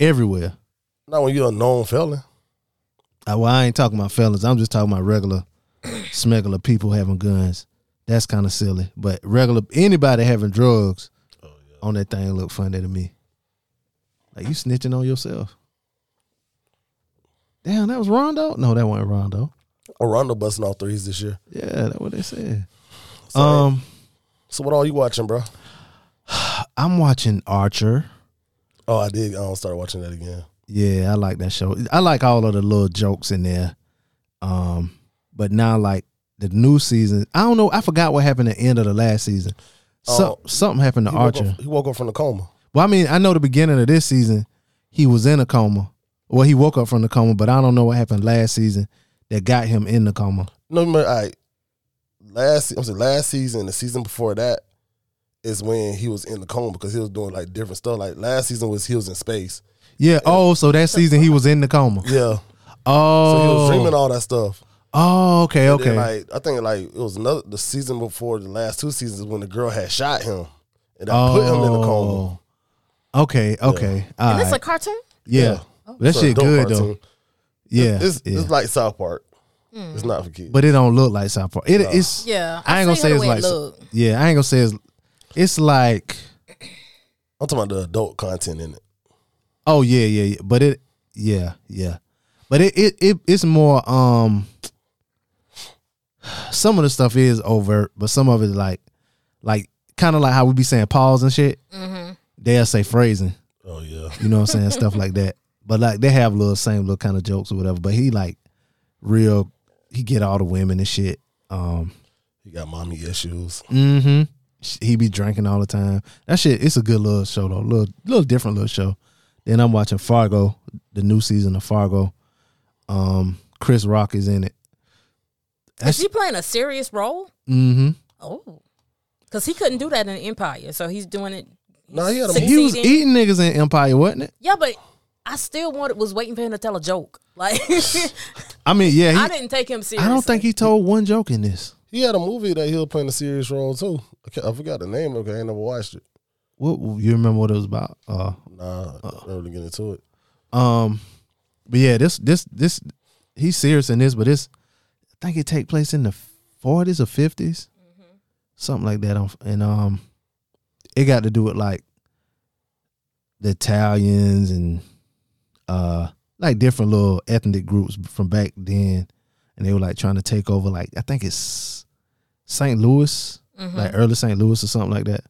everywhere. Not when you're a known felon. I, well, I ain't talking about felons. I'm just talking about regular, smuggler people having guns. That's kind of silly. But regular anybody having drugs on that thing look funny to me. Like you snitching on yourself. Damn, that was Rondo. No, that wasn't Rondo. Rondo busting all threes this year. Yeah, that's what they said. So, Um, so what all you watching, bro? I'm watching Archer. Oh, I did. I don't start watching that again. Yeah, I like that show. I like all of the little jokes in there. Um, but now like the new season, I don't know. I forgot what happened at the end of the last season. So something happened to Oh, He woke, Archer. up, he woke up from the coma. Well, I mean, I know the beginning of this season, he was in a coma. Well, he woke up from the coma, but I don't know what happened last season that got him in the coma. No, remember, all right. Last, I'm saying last season, the season before that is when he was in the coma because he was doing like different stuff. Like last season was he was in space. Yeah. Oh, so that season he was in the coma. Yeah. So he was dreaming Oh. all that stuff. Oh. Okay. And then, Okay. like I think like it was another the season before the last two seasons when the girl had shot him and I put him in the coma. Oh. Okay. Okay. And it's Alright. a cartoon. Yeah. Oh. That So shit dope good cartoon. though. Yeah. It's, yeah. it's like South Park. Hmm. It's not for kids. but it don't look like South Park. It, It's Yeah, I ain't gonna seen say the it's way it like. look. Yeah. I ain't gonna say it's. It's like. I'm talking about the adult content in it. Oh yeah, yeah, yeah. But it yeah, yeah. But it, it, it it's more um some of the stuff is overt, but some of it like like kinda like how we be saying pause and shit. Mm-hmm. They'll say phrasing. Oh yeah. You know what I'm saying? Stuff like that. But like they have little same little kind of jokes or whatever. But he like real he get all the women and shit. Um He got mommy issues. hmm He be drinking all the time. That shit, it's a good little show though. Little little different little show. Then I'm watching Fargo, the new season of Fargo. Um, Chris Rock is in it. Is she playing a serious role? Mm-hmm. Oh, because he couldn't do that in Empire, so he's doing it. No, he had a Six- He was Season. eating niggas in Empire, wasn't it? Yeah, but I still wanted was waiting for him to tell a joke. Like I mean, yeah, he, I I, didn't take him seriously. don't think he told one joke in this. He had a movie that he was playing a serious role too. I, can't- I forgot the name of it. 'cause I ain't never watched it. What you remember what it was about? Uh, Nah, I don't really get into it. um, but yeah, this this this he's serious in this, but this I think it take place in the forties or 50s something like that. on- And um, it got to do with like the Italians and uh, like different little ethnic groups from back then, and they were like trying to take over. Like I think it's St. Louis, like early St. Louis or something like that.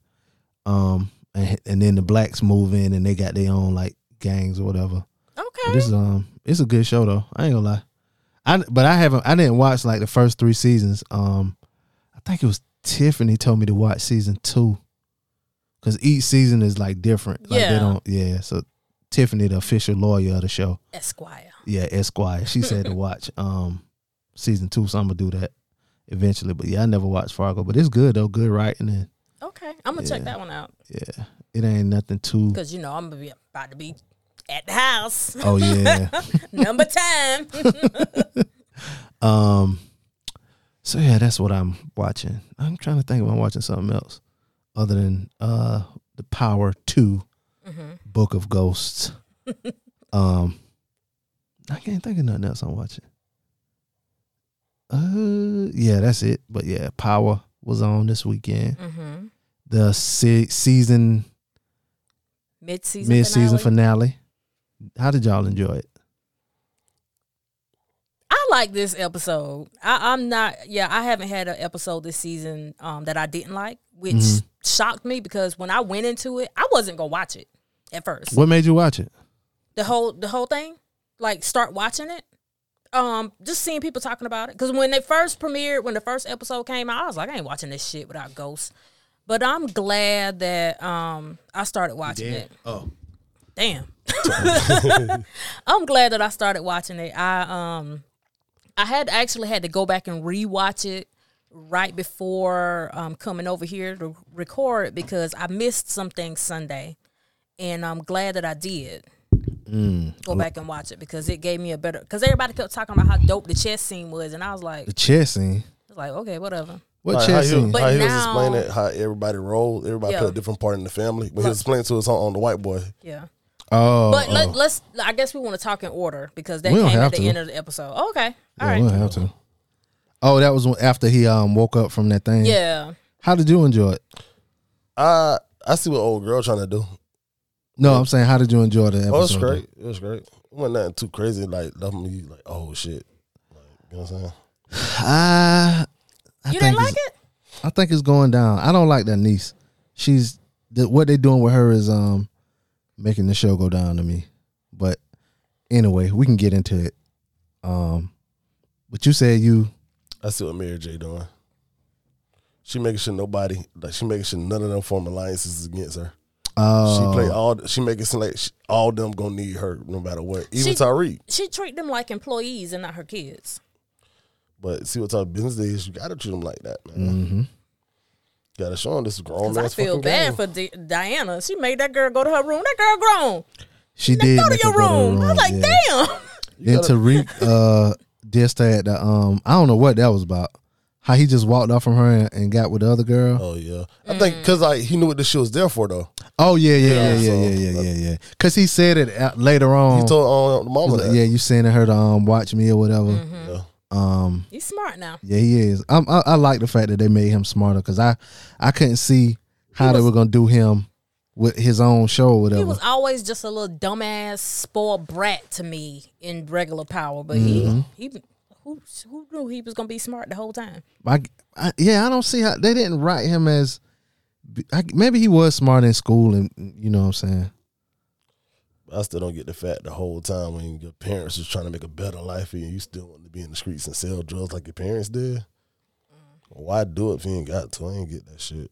Um, and and then the blacks move in and they got their own like gangs or whatever. But Okay, This is um, it's a good show though. I ain't gonna lie. I but I haven't. I didn't watch like the first three seasons. Um, I think it was Tiffany told me to watch season two, because each season is like different. Like, Yeah. They don't, yeah. So Tiffany, the official lawyer of the show, Esquire. yeah, Esquire, she said to watch um season two. So I'm gonna do that eventually. But yeah, I never watched Fargo, but it's good though. Good writing and Okay, I'm gonna check Yeah. that one out yeah, it ain't nothing too. because you know I'm gonna be about to be at the house Oh yeah. number time. Um. So yeah, that's what I'm watching. I'm trying to think if I'm watching something else other than uh the Power Two Mm-hmm. Book of Ghosts. um, I can't think of nothing else I'm watching. Uh, yeah, that's it. But yeah, Power was on this weekend. Mm-hmm. The se- season Mid season. mid season finale. How did y'all enjoy it? I like this episode. I, I'm not. Yeah, I haven't had an episode this season um, that I didn't like, which Mhm. shocked me because when I went into it, I wasn't gonna watch it at first. What made you watch it? The whole the whole thing, like start watching it. Um, just seeing people talking about it because when they first premiered, when the first episode came out, I was like, I ain't watching this shit without ghosts. But I'm glad that um I started watching it. Oh, Damn. I'm glad that I started watching it. I um I had actually had to go back and rewatch it right before um coming over here to record because I missed some things Sunday. And I'm glad that I did. Mm, Go back and watch it because it gave me a better because everybody kept talking about how dope the chess scene was and I was like, the chess scene. like okay, whatever. What Like, how chess he, scene? But how he was now- explaining how everybody rolled, everybody Yeah. played a different part in the family. But he was explaining to us on, on the white boy. Yeah. oh, But oh. let, let's I guess we want to talk in order because that We came don't at have the to. end of the episode. okay. all Yeah, right. we'll have to. Oh, that was when- after he um woke up from that thing. Yeah. How did you enjoy it? I I see what old girl trying to do. No, I'm saying how did you enjoy the episode? Oh, it was great. It was great. It wasn't nothing too crazy. Like nothing you like. Oh shit. Like, you know what I'm saying? Ah, I You think didn't like it's- it? I think it's going down. I don't like that niece. She's the, what they doing with her is um making the show go down to me. But anyway, we can get into it. Um, but you said you I see what Mary J doing. She making sure nobody like she making sure none of them form alliances against her. uh, She play all. She make it seem like she, all them gonna need her no matter what. Even She- Tyreek. she treat them like employees and not her kids. But see what type of business they is. You gotta treat them like that, man. hmm Gotta show them this Oh, grown Cause man's I feel fucking bad game. for Di- Diana. She made that girl go to her room. That girl grown. She Now did go to make her your go to her room. I was like, yeah. damn. Then Tariq uh dissed her at the um I don't know what that was about. How he just walked off from her and, and got with the other girl. Oh yeah, I think because like he knew what this shit was there for though. Oh yeah, yeah, yeah, yeah, so- uh, yeah, yeah, yeah, yeah. Cause he said it out- later on. He told um, the mama Mm. He's that. like, yeah, you sending her to um watch me or whatever. Mm-hmm. Yeah. Um, He's smart now. yeah, he is. I'm, I I like the fact that they made him smarter because I I couldn't see how they were gonna do him with his own show or He whatever. was always just a little dumbass, spoiled brat to me in regular power, but Mm-hmm. he he who who knew he was gonna be smart the whole time. I, I, yeah, I don't see how they didn't write him as. I, maybe he was smart in school, and you know what I'm saying. I still don't get the fact the whole time when your parents was trying to make a better life for you, you still want to be in the streets and sell drugs like your parents did. Mm. Why do it if you ain't got to? I ain't get that shit.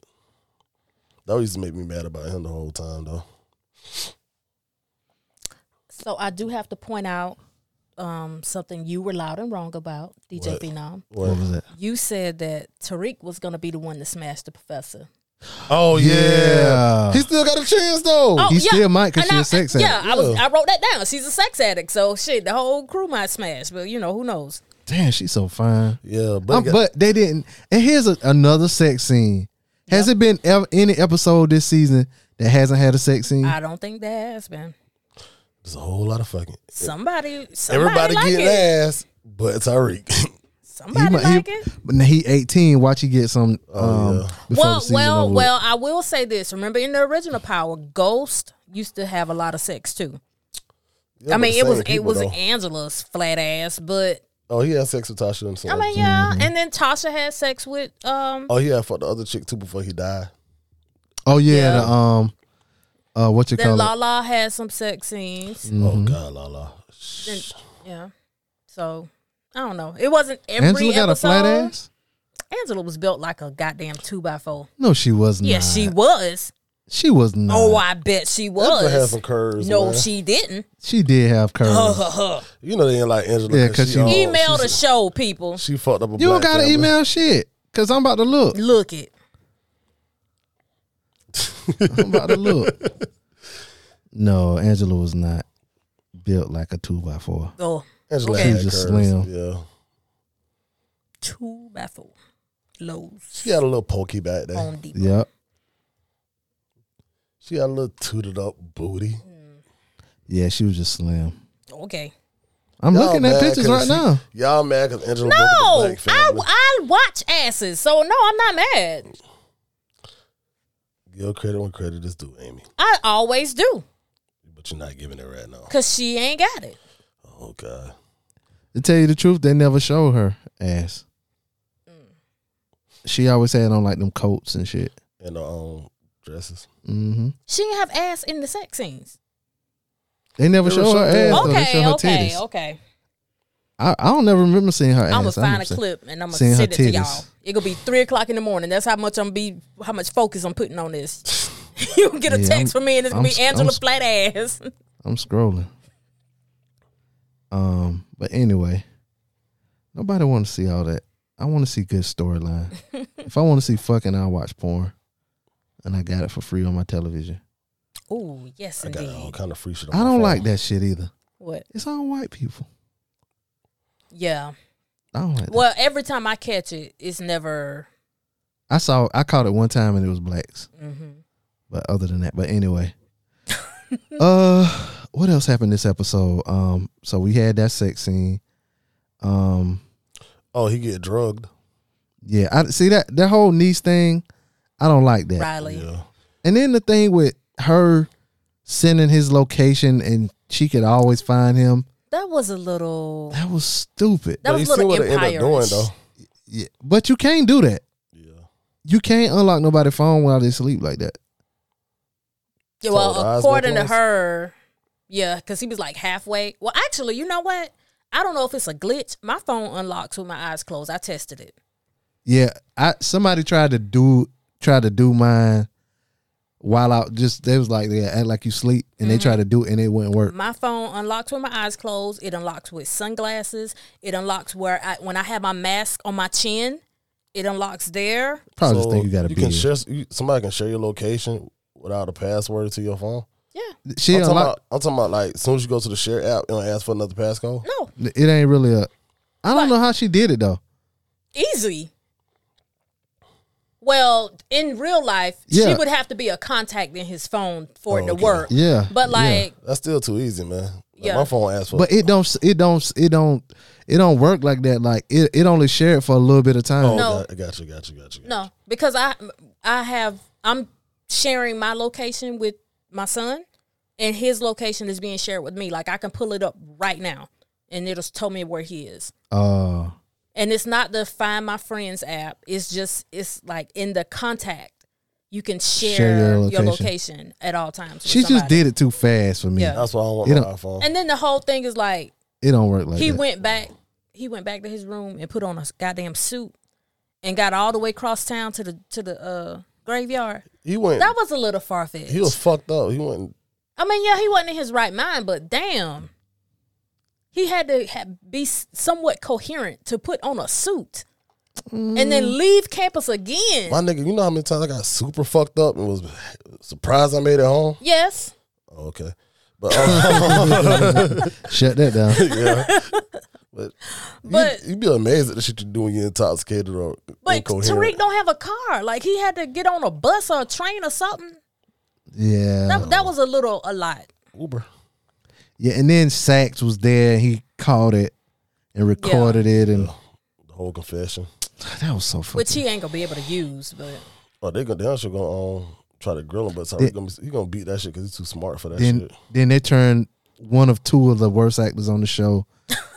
That used to make me mad about him the whole time though. So I do have to point out um, something you were loud and wrong about, DJ What? Phenom. What was that? You said that Tariq was gonna be the one to smash the professor. Oh yeah. he still got a chance though. Oh, He still might 'cause And she I- a sex Yeah, I, was, Yeah. I wrote that down. She's a sex addict, so shit, the whole crew might smash. But you know, who knows? Damn, she's so fine. Yeah, Um, but, but they didn't. And here's a, another sex scene. Has it been ev- any episode this season that hasn't had a sex scene? I don't think there has been there's a whole lot of fucking somebody. somebody everybody like getting it. ass, but Tyreek. Somebody might- like it. But now he 18. Watch he get some. Um, Oh, yeah. before the Well, season well, over with. well. I will say this. Remember, in the original Power, Ghost used to have a lot of sex too. I mean, it was it was Angela's flat ass, but Oh, he had sex with Tasha and I something. Mm-hmm. mean, yeah. And then Tasha had sex with um oh, he had fucked the other chick too before he died. Oh yeah. yeah. The, um, uh, what you Then call it? Lala had some sex scenes. Oh Mm-hmm. God, la la. Then, yeah. So I don't know. It wasn't every Angela got a episode. flat ass. Angela was built like a goddamn two by four. No, she was not. Yeah, she was. She was not. Oh, I bet she Angela had was. some curves. No, man. she didn't. she did have curves. Uh-huh. You know they ain't like Angela. Yeah, 'cause she, she- all- Email Oh, she- the show, people. She fucked up a. you don't black got to family. email shit because I'm about to look. Look it. I'm about to look. No, Angela was not built like a two by four. Oh, Angela Okay. had She curves. just slim. Yeah, two by four. Lows she had a little pokey back there. on deep. Yep. She got a little tooted up booty. Yeah, she was just slim. Okay. I'm Y'all looking at mad pictures 'cause right she- now. Y'all mad because Angela broke the No, bank, I, family. I watch asses, so no, I'm not mad. Give credit when credit is due, Amy. I always do But you're not giving it right now. because she ain't got it. Oh God. To tell you the truth, they never show her ass. Mm. She always had on like them coats and shit. And the um dresses. hmm She didn't have ass in the sex scenes. They never They show were showing- her ass. though. They show okay, her okay, titties. okay. I, I don't never remember seeing her ass. I'm gonna find a 100%. clip and I'm gonna Seeing her send it to titties. y'all. It gonna be three o'clock in the morning. That's how much I'm be, how much focus I'm putting on this. You'll get a Yeah, text I'm- from me and it's I'm gonna s- be Angela I'm s- flat ass. I'm scrolling. Um, but anyway, nobody want to see all that. I want to see good storyline. if I want to see fucking, I'll watch porn, and I got it for free on my television. Ooh, yes, I got all indeed. kind of free shit. On I my don't phone. like that shit either. What? It's all white people. Yeah. I don't like. Well, every time I catch it, it's never. that. I saw. I caught it one time and it was blacks. hmm But other than that, but anyway. uh what else happened this episode? Um so we had that sex scene. Um Oh, he get drugged. yeah, I see that that whole niece thing, I don't like that. Riley. Yeah. And then the thing with her sending his location and she could always find him, That was a little. that was stupid. That But you was a see little what it ended up doing empire. though. Yeah. But you can't do that. Yeah. You can't unlock nobody's phone while they sleep like that. Yeah, well, Told Oz according to Nicholas? her, yeah, because he was like halfway. Well, actually, you know what? I don't know if it's a glitch. My phone unlocks with my eyes closed. I tested it. Yeah, I somebody tried to do tried to do mine while out. Just they was like they act like you sleep, and they tried to do it and it wouldn't work. My phone unlocks with my eyes closed. It unlocks with sunglasses. It unlocks where I when I have my mask on my chin. It unlocks there. Probably just think you gotta you be. can here. share you, somebody can share your location without a password to your phone. Yeah. she I'm, talking unlocked. about, I'm talking about like as soon as you go to the share app, you don't ask for another passcode. No. It ain't really a. I don't know how she did it though. Easy. Well, in real life, she Yeah. would have to be a contact in his phone for it to okay. work. Yeah, But yeah. like That's still too easy, man. Like, Yeah. My phone asks for but it don't. It don't. It don't. It don't work like that. Like it. It only shared for a little bit of time. Oh, No. got, I got you, got you, got you. got No, because I I have I'm sharing my location with my son, and his location is being shared with me. Like I can pull it up right now, and it'll tell me where he is. Uh, And it's not the Find My Friends app. It's just it's like in the contact. You can share, Share your, your location. location. at all times. with she just somebody. did it too fast for me. Yeah. you. That's why I don't want You my know- iPhone. And then the whole thing is like It don't work like he that. went back. He went back to his room and put on a goddamn suit, and got all the way across town to the to the uh, graveyard. He went. That was a little far fetched. He was fucked up. He went. I mean, yeah, he wasn't in his right mind, but damn, he had to ha- be s- somewhat coherent to put on a suit and then leave campus again. My nigga, you know how many times I got super fucked up and was surprised I made it home. Yes, Oh, okay, but um, Shut that down. yeah, but But- you, would be amazed at the shit you do when you're intoxicated or but Tariq incoherent. don't have a car. Like he had to get on a bus or a train or something. yeah. That, that was a little a lot. Uber. Yeah, and then Sax was there. and He caught it and recorded it, and The whole confession. that was so fucking. Which he ain't gonna be able to use, but Oh, they gonna damn sure gonna um, try to grill him, but Tariq gonna be, he gonna beat that shit because he's too smart for that then shit. then they turned one of two of the worst actors on the show,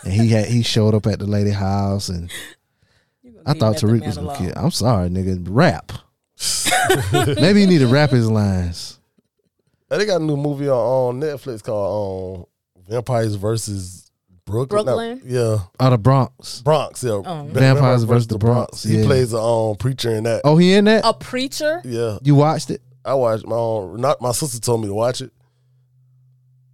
and he had he showed up at the lady house, and I thought Tariq was gonna kill. I'm sorry, nigga, rap. Maybe you need to rap his lines. Now, they got a new movie on, on Netflix called um, Vampires versus Brooklyn. No, Brooklyn? Oh. yeah, Out of Bronx. Bronx. Yeah, Va- Vampires versus the Bronx, He yeah. plays a um, preacher in that. Oh, he in that? A preacher? Yeah, You watched it? I watched my own. Not my sister told me to watch it.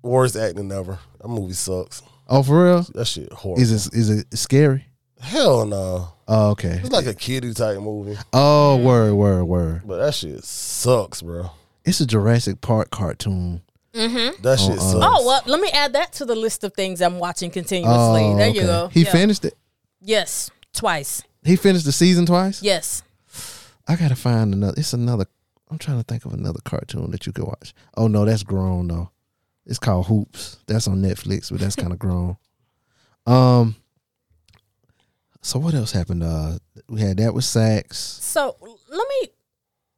Worst acting ever. That movie sucks. Oh, for real? That shit horrible. Is it is it scary? Hell no. Oh, okay. It's like a kiddie type movie, Oh, word, word, word. but that shit sucks, bro. It's a Jurassic Park cartoon. That shit Uh-uh. sucks. Oh well, let me add that to the list of things I'm watching continuously. Oh, there you okay. go. He Yeah. finished it. Yes, twice. He finished the season twice. Yes. I gotta find another. It's another. I'm trying to think of another cartoon that you could watch. Oh no, that's grown though. It's called Hoops. That's on Netflix, but that's kind of grown. Um. So what else happened? Uh, we had that with Sax. So let me.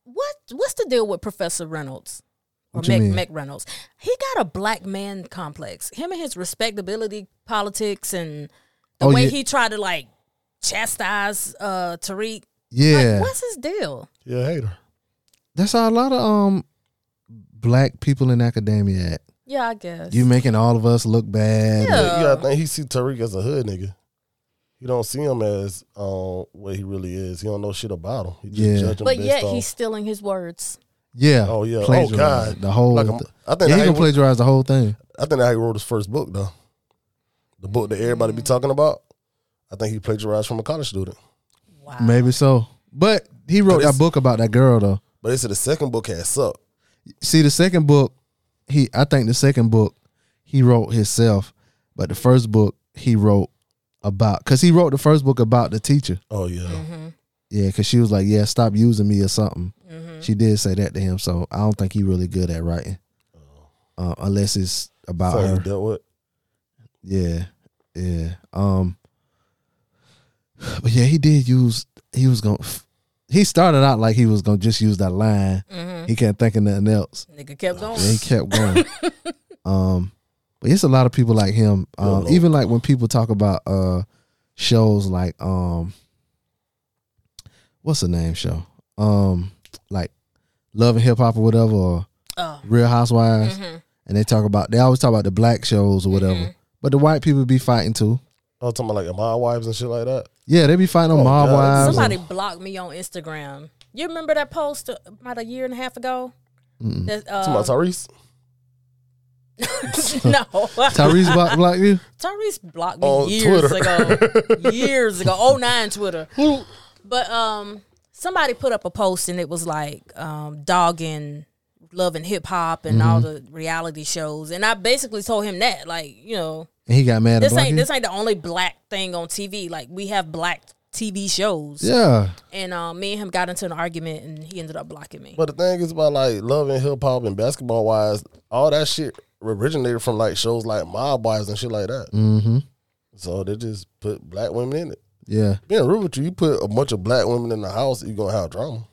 What what's the deal with Professor Reynolds or What you Mac, mean? Mac Reynolds? He got a black man complex. Him and his respectability politics and the Oh, way yeah. he tried to like chastise uh Tariq. Yeah, Like, what's his deal? Yeah, I hate her. that's how a lot of um black people in academia act. Yeah, I guess. You making all of us look bad. Yeah. But you gotta think he see Tariq as a hood nigga. He don't see him as um, what he really is. He don't know shit about him. He just Yeah. judge him but based yet off- he's stealing his words. Yeah. Oh, yeah. Oh, Plagiarize God. The whole. Like, I'm- I think I yeah, he hate gonna what- plagiarize the whole thing. I think I wrote his first book though. The book that everybody Mm. be talking about. I think he plagiarized from a college student. Wow. Maybe so. But he But wrote it's- that book about that girl though. But they said the second book had sucked. See, the second book, he I think the second book he wrote himself, but the first book he wrote about because he wrote the first book about the teacher. Oh yeah. Mm. Mm-hmm. Yeah, because she was like, "Yeah, stop using me" or something. Mm-hmm. She did say that to him, so I don't think he really good at writing, uh, unless it's about Something her. he dealt with. Yeah, yeah. Um, but yeah, he did use. He was gonna. He started out like he was gonna just use that line. He kept thinking nothing else. Mm-hmm. Nigga kept going. Yeah, he kept going. um, but it's a lot of people like him. Good Um, Lord. even like when people talk about uh shows like um, what's the name show? Um, like Love and Hip Hop or whatever, or Oh. Real Housewives, Mm-hmm. and they talk about they always talk about the black shows or whatever. But the white people be fighting too. I was oh, talking about like my wives and shit like that. Yeah, they be fighting on Oh, mob God. wives. and- Somebody blocked me on Instagram. You remember that post about a year and a half ago? Mm-mm. That, Talking uh, about Tyrese. no, Tyrese block, block you. Tyrese blocked me On years Oh, Twitter. ago. years ago. 09 Twitter. But um somebody put up a post and it was like um dogging loving hip hop and all the reality shows. And I basically told him that, like, you know, And he got mad at this block ain't you. this ain't the only black thing on TV. Like we have black TV shows. Yeah. And um me and him got into an argument and he ended up blocking me. But the thing is about like love and hip hop and basketball wise, all that shit originated from like shows like Mob Wives and shit like that. Mm-hmm. So they just put black women in it. Yeah. Being real with you, you put a bunch of black women in the house, you gonna have drama.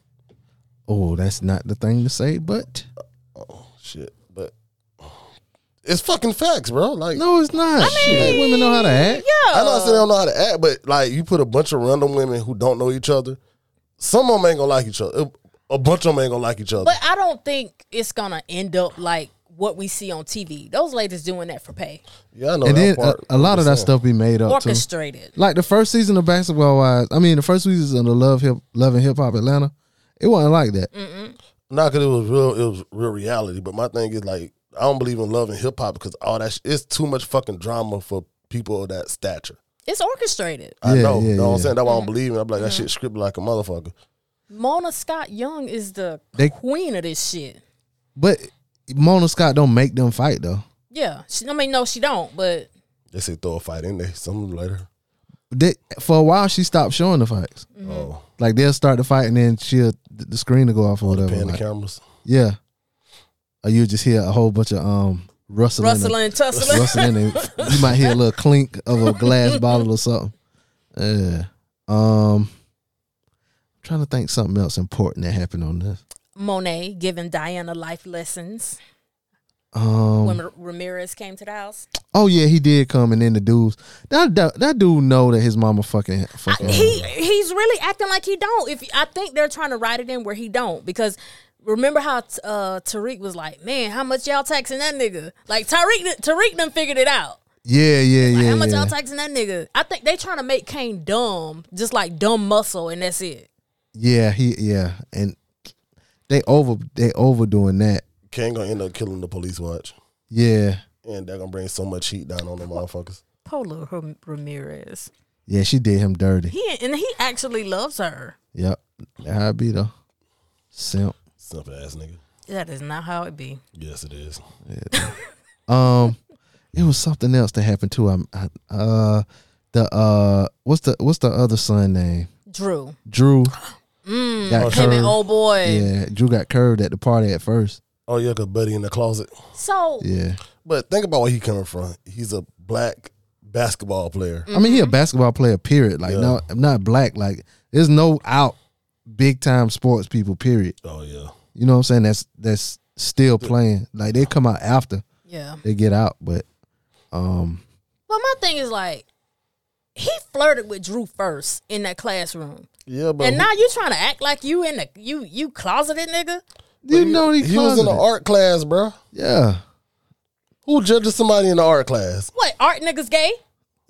Oh, that's not the thing to say, but Shit, but it's fucking facts, bro. Like no, it's not. Shit, black women know how to act. I know I said they don't know how to act, but like you put a bunch of random women who don't know each other. Some of them ain't gonna like each other. A bunch of them ain't gonna like each other. But I don't think it's gonna end up like what we see on TV. Those ladies doing that for pay. yeah, I know and that then a, part. a lot of that Understand. stuff be made up too. Orchestrated. Like the first season of Basketball Wives, I mean the first season of the Love Hip Love and Hip Hop Atlanta, it wasn't like that. Not because it was real, it was real reality. But my thing is like, I don't believe in love and hip hop because all that sh- it's too much fucking drama for people of that stature. It's orchestrated. I Yeah, know, yeah, you know what I'm yeah. saying? That's why I don't believe in. it. I'm like that shit scripted like a motherfucker. Mona Scott Young is the They- queen of this shit. But Mona Scott don't make them fight though. Yeah, she, I mean, no, she don't. But They say throw a fight in there. Some later. They, for a while she stopped showing the fights. Oh, Like they'll start the fight and then she'll the the screen to go off or whatever. pan the like- cameras. yeah. Or you just hear a whole bunch of um rustling, and- Russell and Tussling, rustling and you might hear a little clink of a glass bottle or something. Yeah. Um trying to think something else important that happened on this. Monet giving Diana life lessons Um when Ramirez came to the house. oh yeah, he did come and then the dudes that that, that dude know that his mama fucking fucking He he's really acting like he don't. If I think they're trying to write it in where he don't because. Remember how uh, Tariq was like, man, how much y'all taxing that nigga? Like Tariq, Tariq done figured it out. Yeah, yeah, yeah. Like, how much yeah. y'all taxing that nigga? I think they trying to make Kane dumb, just like dumb muscle, and that's it. yeah, he yeah. And they over they overdoing that. Kane gonna end up killing the police watch, Yeah. and they're gonna bring so much heat down on the motherfuckers. Polo Ram- Ramirez. Yeah, she did him dirty. He and he actually loves her. Yep. That how it be though. Simp. Simple ass nigga. That is not how it be. Yes, it is. Um, it was something else that happened too. I'm, I, uh, the uh, what's the what's the other son name? Drew. Drew. Mm, Got him and curved. old boy. Yeah, Drew got curved at the party at first. Oh yeah, cause Buddy in the closet. So Yeah, But think about where he coming from. He's a black basketball player. I mean he a basketball player. Period. Like Yeah. no, I'm not black. Like there's no out big time sports people. Period. Oh yeah. You know what I'm saying? That's that's still playing. Like they come out after yeah. they get out, but um, Well, my thing is like he flirted with Drew first in that classroom, Yeah, but and who- now you trying to act like you in the you you closeted nigga. you know he, he was in the closeted. art class, bro. Yeah, Who judges somebody in the art class? What art niggas gay?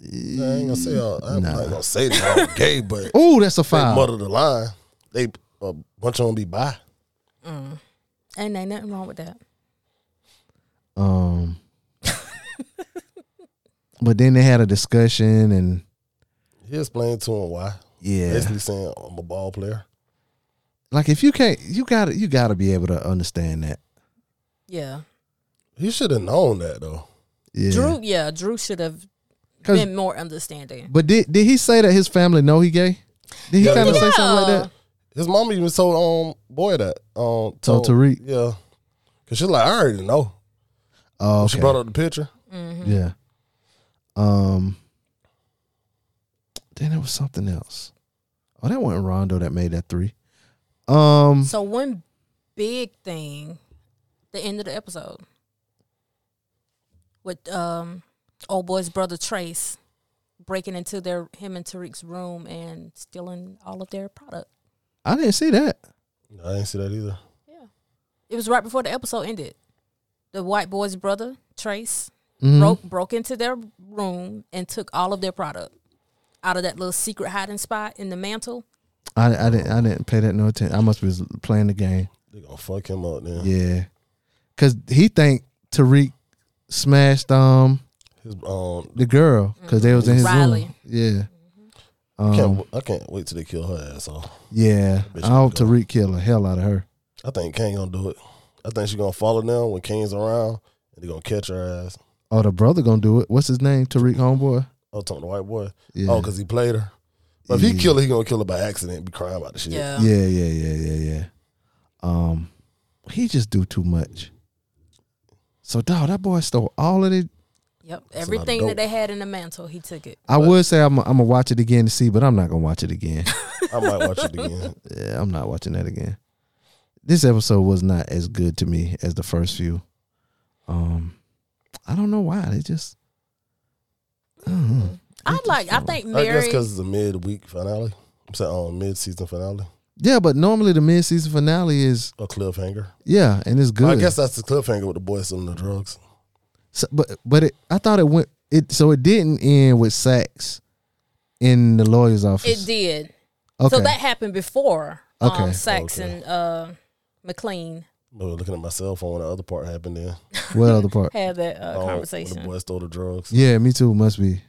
I ain't gonna say all, I'm not gonna say they're all gay, but they Oh, that's a foul. mother the line. They a bunch of them be bi. And ain't nothing wrong with that. Um, but then they had a discussion, and He explained to him why. yeah, Basically saying I'm a ball player. like if you can't, you gotta, you gotta be able to understand that. Yeah, He should have known that though. Yeah, Drew. Yeah, Drew should have 'Cause- been more understanding. but did did he say that his family know he gay? Did he Yeah, kind of yeah. say something like that? His mom even told um boy that um Told Tariq? yeah, cause she's like I already know. Oh, She okay. brought up the picture. Yeah. Um. Then there was something else. Oh, that wasn't Rondo that made that three. Um. So one big thing, the end of the episode with um old boy's brother Trace breaking into their him and Tariq's room and stealing all of their product. I didn't see that. I didn't see that either. Yeah. It was right before the episode ended. The white boy's brother, Trace, Mhm. broke broke into their room and took all of their product out of that little secret hiding spot in the mantle. I, I didn't. I didn't pay that no attention. I must be playing the game. They gonna fuck him up then. Yeah. Cause he think Tariq smashed um His um, the girl because they was in his Riley. room. Yeah. I can't, Um, I can't wait till they kill her ass off. yeah. Bitch I hope gone. Tariq killed the hell out of her. I think Kane gonna do it. I think she gonna follow them when Kane's around, and they gonna catch her ass. Oh, the brother gonna do it. What's his name? Tariq homeboy. I was Oh, talking to the white boy. Yeah. Oh, because he played her. But if he Yeah. kill her, he gonna kill her by accident and be crying about the shit. Yeah. Yeah, yeah, yeah, yeah, yeah. Um, he just do too much. So, dog, that boy stole all of it. Yep. lot of Everything dope. that they had in the mantle, he took it. I would say I'm, I'm gonna watch it again to see, but I'm not gonna watch it again. I might watch it again. yeah, I'm not watching that again. This episode was not as good to me as the first few. Um, I don't know why they just. I don't know. I like I think I guess Mary because it's a midweek finale. I'm saying um, mid season finale, Yeah, but normally the mid season finale is a cliffhanger. yeah, and it's good. I guess that's the cliffhanger with the boy selling the drugs. So, but but it, I thought it went it so it didn't end with sex in the lawyer's office. it did. Okay. So that happened before um Okay. Sachs Okay. and uh McLean I was looking at my cell phone when the other part happened. Then what other part? had that uh, Um, when the conversation. boy stole the drugs. Yeah, me too. Must be.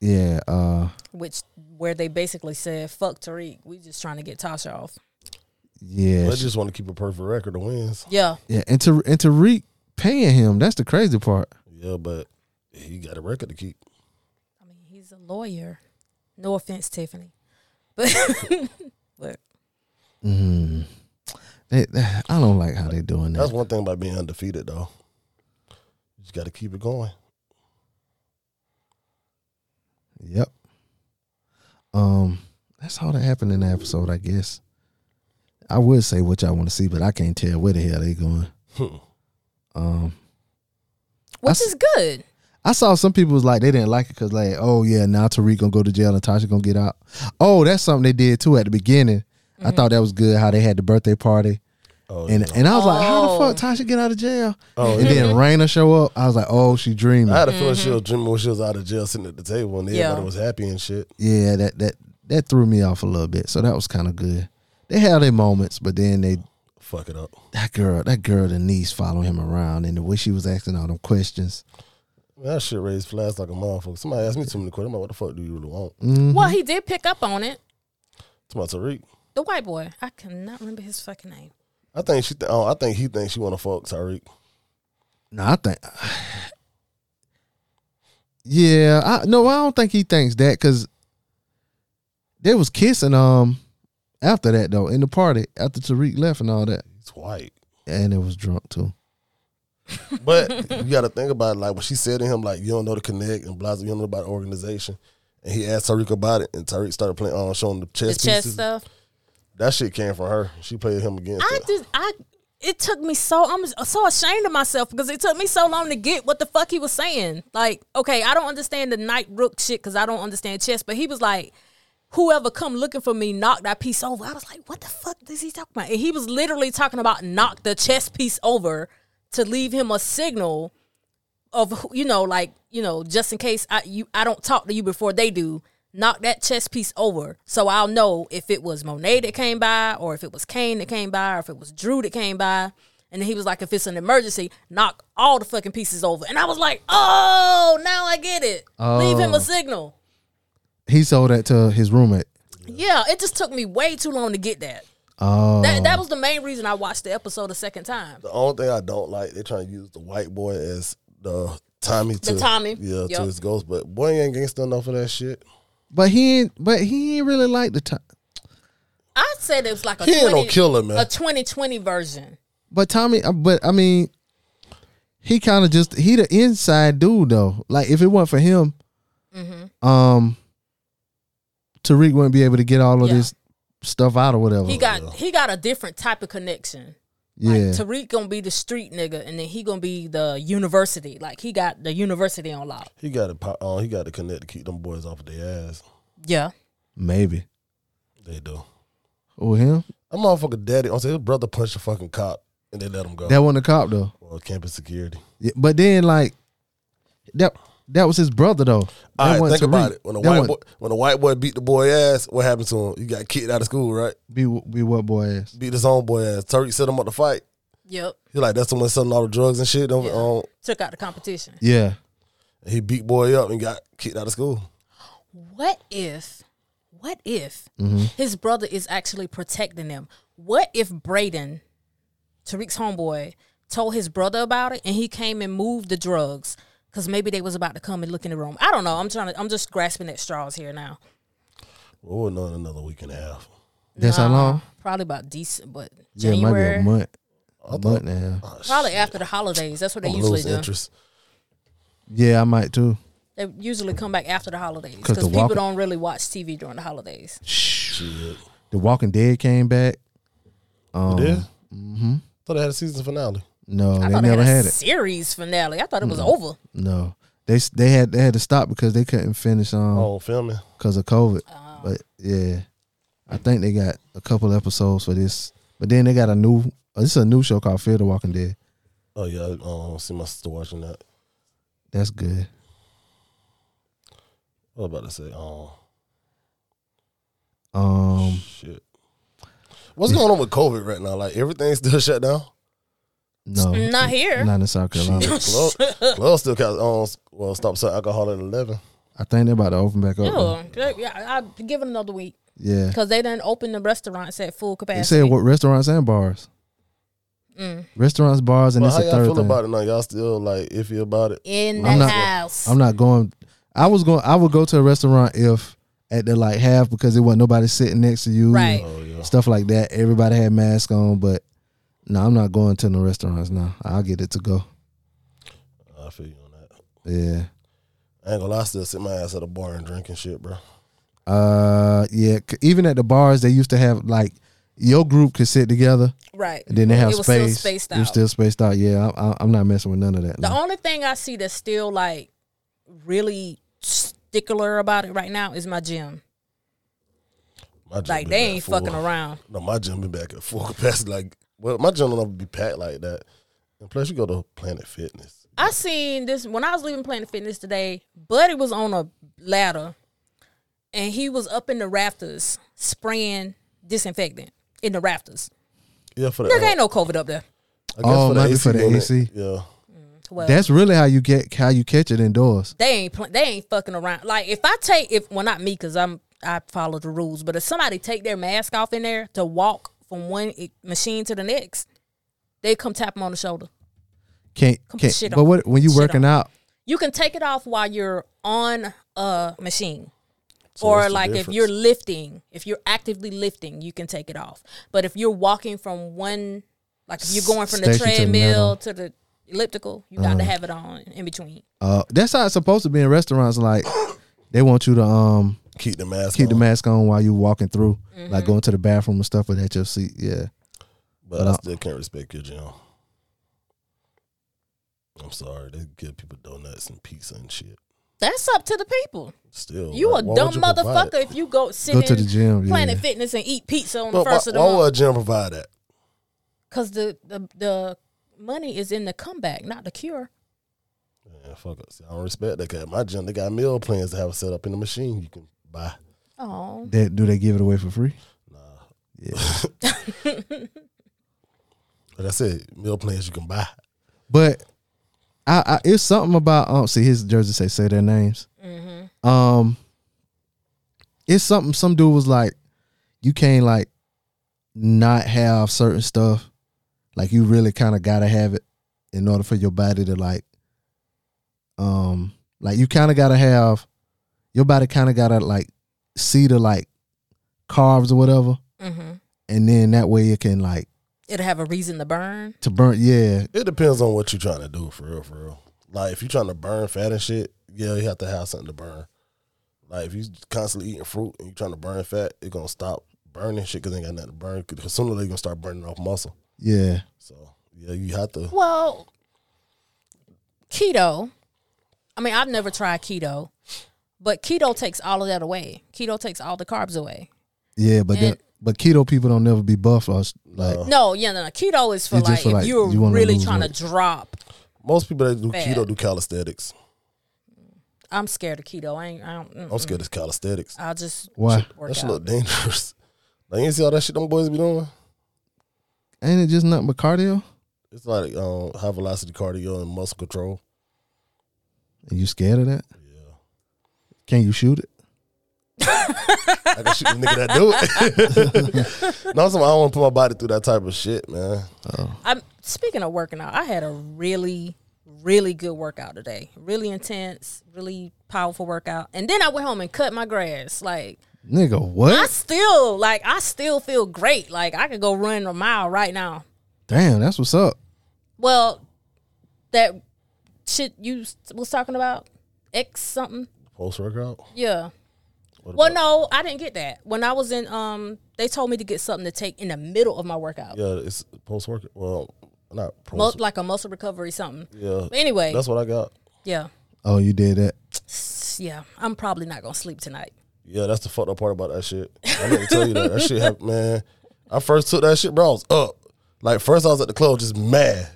Yeah. Uh. Which where they basically said, Fuck Tariq, we just trying to get Tasha off. Yeah. They just want to keep a perfect record of wins. Yeah. yeah. And to and Tariq paying him. That's the crazy part. Yeah, but he got a record to keep. I mean, he's a lawyer. No offense, Tiffany, but but Mm. They, I don't like how they doing That's that. one thing about being undefeated, though. You just got to keep it going. Yep. Um. That's all that happened in the episode, I guess. I would say what y'all want to see, but I can't tell where the hell they going. Hmm. Um. which That's- is good. I saw some people was like they didn't like it because like oh yeah now Tariq gonna go to jail and Tasha gonna get out. Oh that's something they did too at the beginning. I thought that was good how they had the birthday party Oh, and yeah. and I was like how Oh. the fuck Tasha get out of jail? Oh, and then Raina show up. I was like oh she dreaming. I had a feeling she was dreaming when she was out of jail, sitting at the table, and Mm-hmm. Yeah. everybody was happy and shit. yeah that that that threw me off a little bit. So that was kind of good. They had their moments, but then they Fuck it up. that girl that girl the niece following him around and the way she was asking all them questions. Man, that shit raised flags like a motherfucker. Somebody asked me too many questions. I'm like, what the fuck do you really want? Mhm. Well, he did pick up on it. It's my Tariq. The white boy, I cannot remember his fucking name. I think she. Th- oh, I think he thinks she want to fuck Tariq. No, I think. Yeah, I no, I don't think he thinks that because They was kissing um after that though in the party after Tariq left and all that, It's white. and it was drunk too. But you got to think about it. Like when she said to him, like you don't know the connect and blah, you don't know about the organization. And he asked Tariq about it, and Tariq started playing on showing the The chess chess pieces. stuff. That shit came from her. She played him against. I it. just I it took me so I'm so ashamed of myself because it took me so long to get what the fuck he was saying. Like, okay, I don't understand the knight rook shit because I don't understand chess, but he was like, whoever come looking for me, knock that piece over. I was like, what the fuck is he talking about? And he was literally talking about knock the chess piece over to leave him a signal of who- you know like you know just in case I you I don't talk to you before they do. Knock that chess piece over, so I'll know if it was Monet that came by, or if it was Kane that came by, or if it was Drew that came by. And he was like, "If it's an emergency, knock all the fucking pieces over." And I was like, "Oh, now I get it. Leave him Oh. a signal." He sold that to his roommate. Yeah, it just took me way too long to get that. Oh, That that was the main reason I watched the episode a second time. The only thing I don't like, they trying to use the white boy as the Tommy to Tommy. yeah, Yup. to his ghost. But boy, he ain't gangsta enough for that shit. but he ain't. But he ain't really like the time. I said it was like a He ain't no 20 killer, man. a twenty twenty version. But Tommy, uh, but I mean, he kind of just he the inside dude though. Like if it weren't for him, Mm-hmm. um, Tariq wouldn't be able to get all of Yeah. this stuff out or whatever. He got he got a different type of connection. Oh, yeah, Like Tariq gonna be the street nigga, and then he gonna be the university. Like he got the university on lock. He got to uh, he got to connect to keep them boys off of their ass. Yeah, maybe. They do. Oh him? That motherfucker daddy. I'm saying his brother punched a fucking cop and they let him go. That wasn't a cop though. well, campus security. Yeah, but then like that that was his brother though. All That right, wasn't think about Tariq. it. When a That white boy, wasn't- when a white boy beat the boy ass, what happened to him? He got kicked out of school, right? be be what boy ass. Beat his own boy ass. Tariq set him up to fight. yep. He like that's the one selling all the drugs and shit. Don't- Yeah. um, Took out the competition. Yeah, he beat boy up and got kicked out of school. What if, what if Mm-hmm. his brother is actually protecting them? What if Braden, Tariq's homeboy, told his brother about it and he came and moved the drugs? Cause maybe they was about to come and look in the room. I don't know. I'm trying to. I'm just grasping at straws here now. Well, we're not another week and a half. that's how long. Probably about decent, but Yeah, it might be January. a month. A month and a half. Probably after the holidays. That's what Oh, they I'm usually losing do. interest. Yeah, I might too. They usually come back after the holidays 'Cause because the people walk- don't really watch TV during the holidays. Shit. The Walking Dead came back. Um, yeah. Mm-hmm. Thought they had a season finale. No, I they thought never they had, had a it. series finale. I thought it was over. No, they s- they had they had to stop because they couldn't finish um Oh, filming. because of COVID. Uh, But yeah, I think they got a couple episodes for this. But then they got a new. uh, This is a new show called Fear the Walking Dead. Oh yeah, I um, see my sister watching that. That's good. What was I about to say? Oh Um, shit. What's going on with COVID right now? Like everything's still shut down. no, Not here. not in South Carolina. Club, club still got um well stop selling alcohol at eleven. I think they're about to open back up. though. No, yeah, I give it another week Yeah, because they didn't open the restaurants at full they capacity. Mm. said what restaurants and bars. Restaurants, bars, and But it's how a y'all third feel thing. about it now? Y'all still like iffy about it? in I'm the not- house. I'm not going. I was going. I would go to a restaurant if at the like half because there wasn't nobody sitting next to you, Right. Oh yeah. Stuff like that. Everybody had masks on, but no, I'm not going to no restaurants now. I'll get it to go. I feel you on that. Yeah. I ain't gonna lie, I still sit my ass at a bar and drink and shit, bro. Uh. Yeah. c- Even at the bars, they used to have like your group could sit together, right. and then they have it was space. still spaced You're out. still spaced out. Yeah. I, I, I'm not messing with none of that. The no. only thing I see that's still like really stickler about it right now is my gym. My gym Like been they at ain't full- fucking around. No, my gym be back at full capacity. Like, well, my gym don't ever be packed like that. And plus, you go to Planet Fitness. I seen this when I was leaving Planet Fitness today. Buddy was on a ladder, and he was up in the rafters spraying disinfectant in the rafters. Yeah, for the There ain't no COVID up there. I guess Oh, might be for the unit. AC. Yeah, Well, That's really how you get how you catch it indoors. they ain't pl- they ain't fucking around. Like if I take if well not me because I'm I follow the rules, but if somebody take their mask off in there to walk from one i- machine to the next, they come tap them on the shoulder. Can't Come can't. shit But on. what when you Shit working on. out? You can take it off while you're on a machine. So what's or the like if difference? you're lifting, if you're actively lifting, you can take it off. But if you're walking from one, like if you're going from the Station to the treadmill middle. to the elliptical, you got to Uh-huh. have it on in between. Uh, that's how it's supposed to be in restaurants. Like they want you to um keep the mask keep the on, mask on while you walking through, Mm-hmm. like going to the bathroom and stuff, or at your seat. Yeah, but I still can't respect your gym. I'm sorry, they give people donuts and pizza and shit. That's up to the people. Still, You like, a why dumb would you provide motherfucker it? if you go sit go in to the gym. Yeah. Planet Fitness and eat pizza on the But why, first of the why month would a gym provide that? because the, the the money is in the comeback, not the cure. Man, fuck us. I don't respect that. Cause at my gym, they got meal plans to have it set up in the machine. You can buy. Oh, They- do they give it away for free? Mm-hmm. Like I said, meal plans you can buy. But I, I it's something about um see his jersey say say their names. Um it's something some dude was like, you can't like not have certain stuff. Like you really kinda gotta have it in order for your body to like um like you kinda gotta have your body kinda gotta like see the like carbs or whatever. Mm-hmm. And then that way it can like it'll have a reason to burn. to burn yeah, It depends on what you're trying to do, for real, for real. Like if you're trying to burn fat and shit, yeah, you have to have something to burn. Like if you constantly eating fruit and you're trying to burn fat, it's gonna stop burning shit because ain't got nothing to burn. Because sooner or later, you gonna start burning off muscle. yeah. So yeah, you have to. Well, keto. I mean, I've never tried keto, but keto takes all of that away. Keto takes all the carbs away. Yeah, but And- that, but keto people don't never be buff. Or, s- uh, like No, yeah, no, no. Keto is for It's like just for, if like, you're you wanna really lose trying weight. to drop. Most people that do Fat. keto do calisthenics. I'm scared of keto. I ain't. I don't. mm, I'm scared of calisthenics. I'll just why work That shit out. look dangerous. Like you ain't see all that shit them boys be doing. ain't it just nothing but cardio? It's like um, high velocity cardio and muscle control. Are you scared of that? Yeah. Can you shoot it? I can shoot the nigga that do it. no, I'm saying I don't want to put my body through that type of shit, man. I'm speaking of working out. I had a really, really good workout today. Really intense, really powerful workout. And then I went home and cut my grass. Like Nigga, what? I still, like I still feel great. Like I could go run a mile right now. Damn, that's what's up. Well, that shit you s- was talking about, X something. Post workout. Yeah. What Well, no, I didn't get that. When I was in, um, they told me to get something to take in the middle of my workout, Yeah, it's post workout. Well, not Mu- post. like a muscle recovery something. yeah, But anyway, that's what I got. yeah, Oh, you did that. yeah. I'm probably not gonna sleep tonight. Yeah, that's the fucked up part about that shit. I didn't tell you that. That shit happened, man. I first took that shit, bro. I was up. Like first, I was at the club, just mad.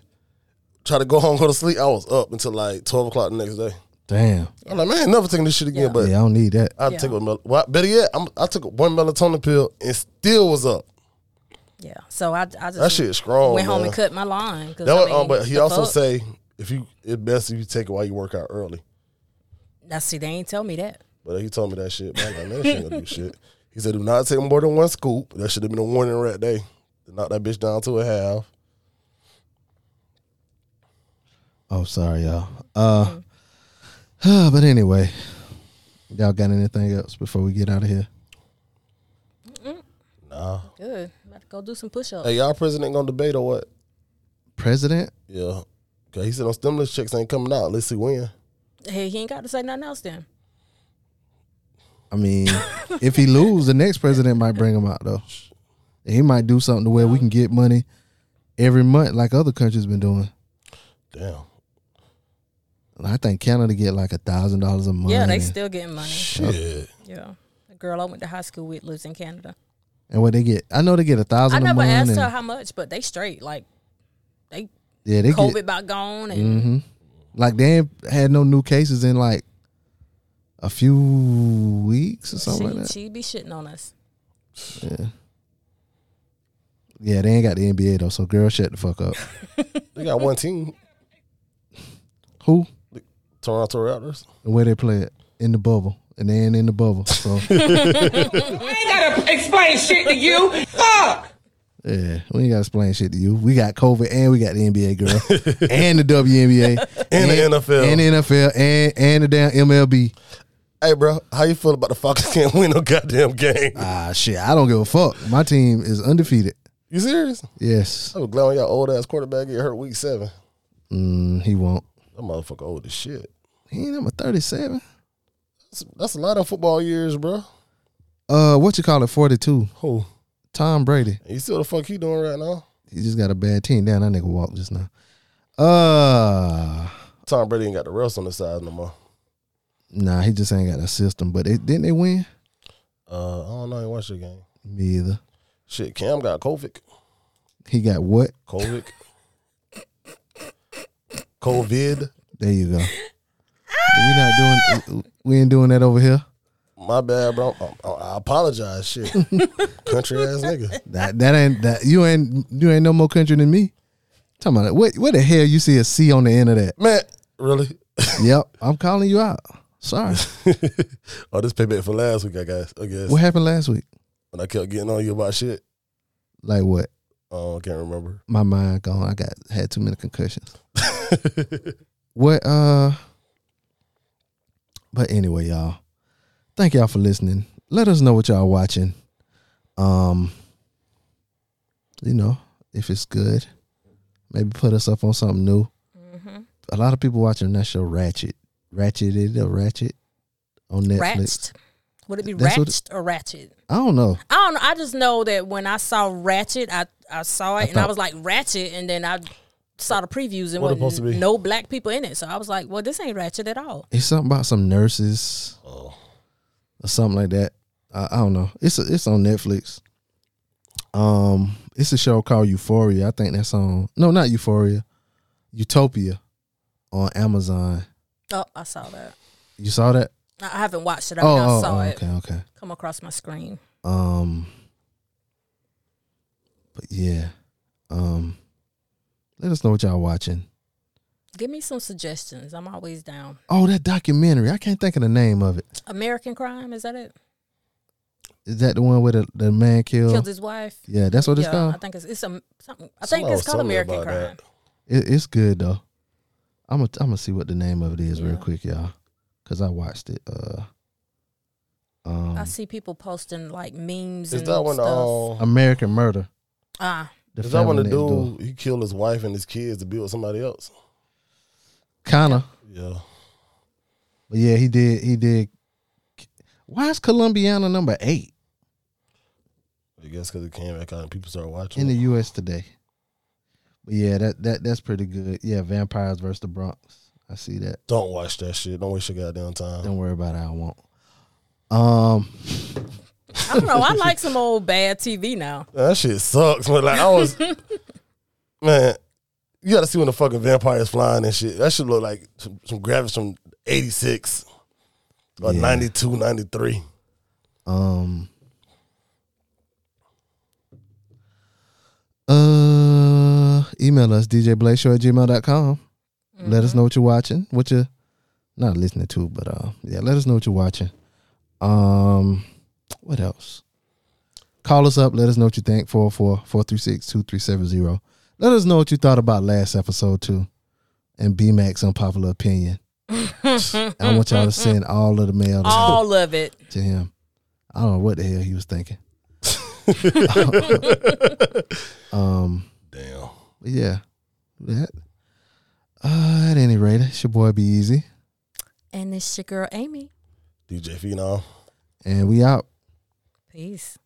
Try to go home, go to sleep. I was up until like twelve o'clock the next day. Damn. I'm like, man, I ain't never taking this shit again. Yeah. But Yeah, I don't need that. I Yeah. took a mel- well, better yet, I'm, I took one melatonin pill and still was up. Yeah. So I, I just That shit strong. went home man. and cut my lawn. 'cause, That I was, um, mean, but he the also fuck? say if you it's best if you take it while you work out early. "Now see, they ain't tell me that." But he told me that shit. Man, I'm like, man, that shit ain't gonna do shit. He said, do not take more than one scoop. That should have been a warning right day. Knock that bitch down to a half. Oh, sorry, y'all. Uh, but anyway, y'all got anything else before we get out of here? Nah. Good. about to go do some push-ups. Hey, y'all president gonna debate or what? President? Yeah. Cause he said those stimulus checks ain't coming out. Let's see when. Hey, he ain't got to say nothing else then. I mean, if he lose, the next president might bring him out though. He might do something to where we can get money every month, like other countries been doing. Damn. I think Canada get like a thousand dollars a month. Yeah, they and- still getting money. Shit. Yeah. The girl I went to high school with lives in Canada. and what they get. I know they get a I thousand a never month. asked and- her how much, but they straight like they yeah, they COVID get Mm, Mm-hmm. about gone and like they ain't had no new cases in like a few weeks or something like she, that. she be shitting on us. Yeah, they ain't got the NBA though, so girl, shut the fuck up. They got one team, Who Toronto Raptors. and where they play it in the bubble, and they ain't in the bubble. So I ain't gotta explain shit to you. Fuck! yeah, we ain't gotta explain shit to you. We got COVID and we got the NBA girl and the WNBA And the NFL. and the NFL and and the damn MLB. Hey, bro, how you feel about the Falcons can't win no goddamn game? Ah, shit. I don't give a fuck. My team is undefeated. You serious? Yes. I was glad when y'all old ass quarterback get hurt week seven. Mm, he won't. That motherfucker old as shit. He number 37. That's, that's a lot of football years, bro. Uh, what you call it? 42. Who? Tom Brady. You see what the fuck he doing right now? He just got a bad team. Down that nigga walked just now. Uh, Tom Brady ain't got the rest on the side no more. nah, he just ain't got a system. But they, didn't they win? Uh, I don't know. I ain't watch the game. Me either. Shit, Cam got COVID. He got what? COVID. COVID. There you go. we not doing. We ain't doing that over here. My bad, bro. I, I apologize. Shit, country ass nigga. That that ain't that. You ain't you ain't no more country than me. Talking about it. What what the hell? You see a C on the end of that? Man, really? Yep. I'm calling you out. Sorry. oh, this payback for last week, I guess. I guess What happened last week? when I kept getting on you about shit. Like what? Oh, I can't remember. My mind gone. I got had too many concussions. what? Uh. But anyway, y'all. Thank y'all for listening. Let us know what y'all watching. Um. You know, if it's good, maybe put us up on something new. A lot of people watching that show, Ratchet, Ratcheted or Ratchet, on Ratched. Netflix. Would it be That's what- ratched or ratchet? I don't know. I don't know. I just know that when I saw ratchet, I, I saw it and I thought- was like ratchet, and then I saw the previews and What wasn't it supposed to be? no black people in it, so I was like, well, this ain't ratchet at all. It's something about some nurses Oh. or something like that. I, I don't know. It's a, it's on Netflix. Um, it's a show called Euphoria. I think that's on. No, not Euphoria. Utopia on Amazon. Oh, I saw that. You saw that? I I haven't watched it. I mean, I saw it Oh, okay, okay. come across my screen. Um, but yeah, um, let us know what y'all watching. Give me some suggestions. I'm always down. Oh, that documentary. I can't think of the name of it. American Crime is that it? Is that the one where the, the man killed? Killed his wife. yeah, that's what it's yeah, called. I think it's it's a something. I think Somebody it's was called telling me American about Crime. that. It, it's good though. I'm gonna I'm gonna see what the name of it is real Yeah. quick, y'all, because I watched it. Uh, um, I see people posting like memes Is and that when stuff. um, American Murder. ah, The Is that when the Family Next Door. dude he killed his wife and his kids to be with somebody else? Kinda, Yeah. but yeah, he did. He did. Why is Columbiana number eight I guess because it came back out and people started watching. in the it. U.S. today? But yeah, that that that's pretty good. Yeah, Vampires versus the Bronx. I see that. Don't watch that shit. Don't waste your goddamn time. Don't worry about it. I won't. Um, I don't know. I like some old bad TV now. That shit sucks. But like I was, man, you gotta see when the fucking vampires flying and shit. That should look like some, some graphics from '86 or Yeah. '92, '93. Um. Uh, email us djblayshow at gmail.com. Let Mm-hmm. us know what you're watching, what you're not listening to, but uh, yeah, let us know what you're watching. Um, what else? Call us up. Let us know what you think. 404-436-2370. Let us know what you thought about last episode too, and B Max unpopular opinion. I want y'all to send all of the mail. to- All of it. to him. I don't know what the hell he was thinking. um, Damn. but yeah, that. Uh, at any rate, it's your boy Be Easy, And it's your girl Amy. DJ Phenom. and we out. Peace.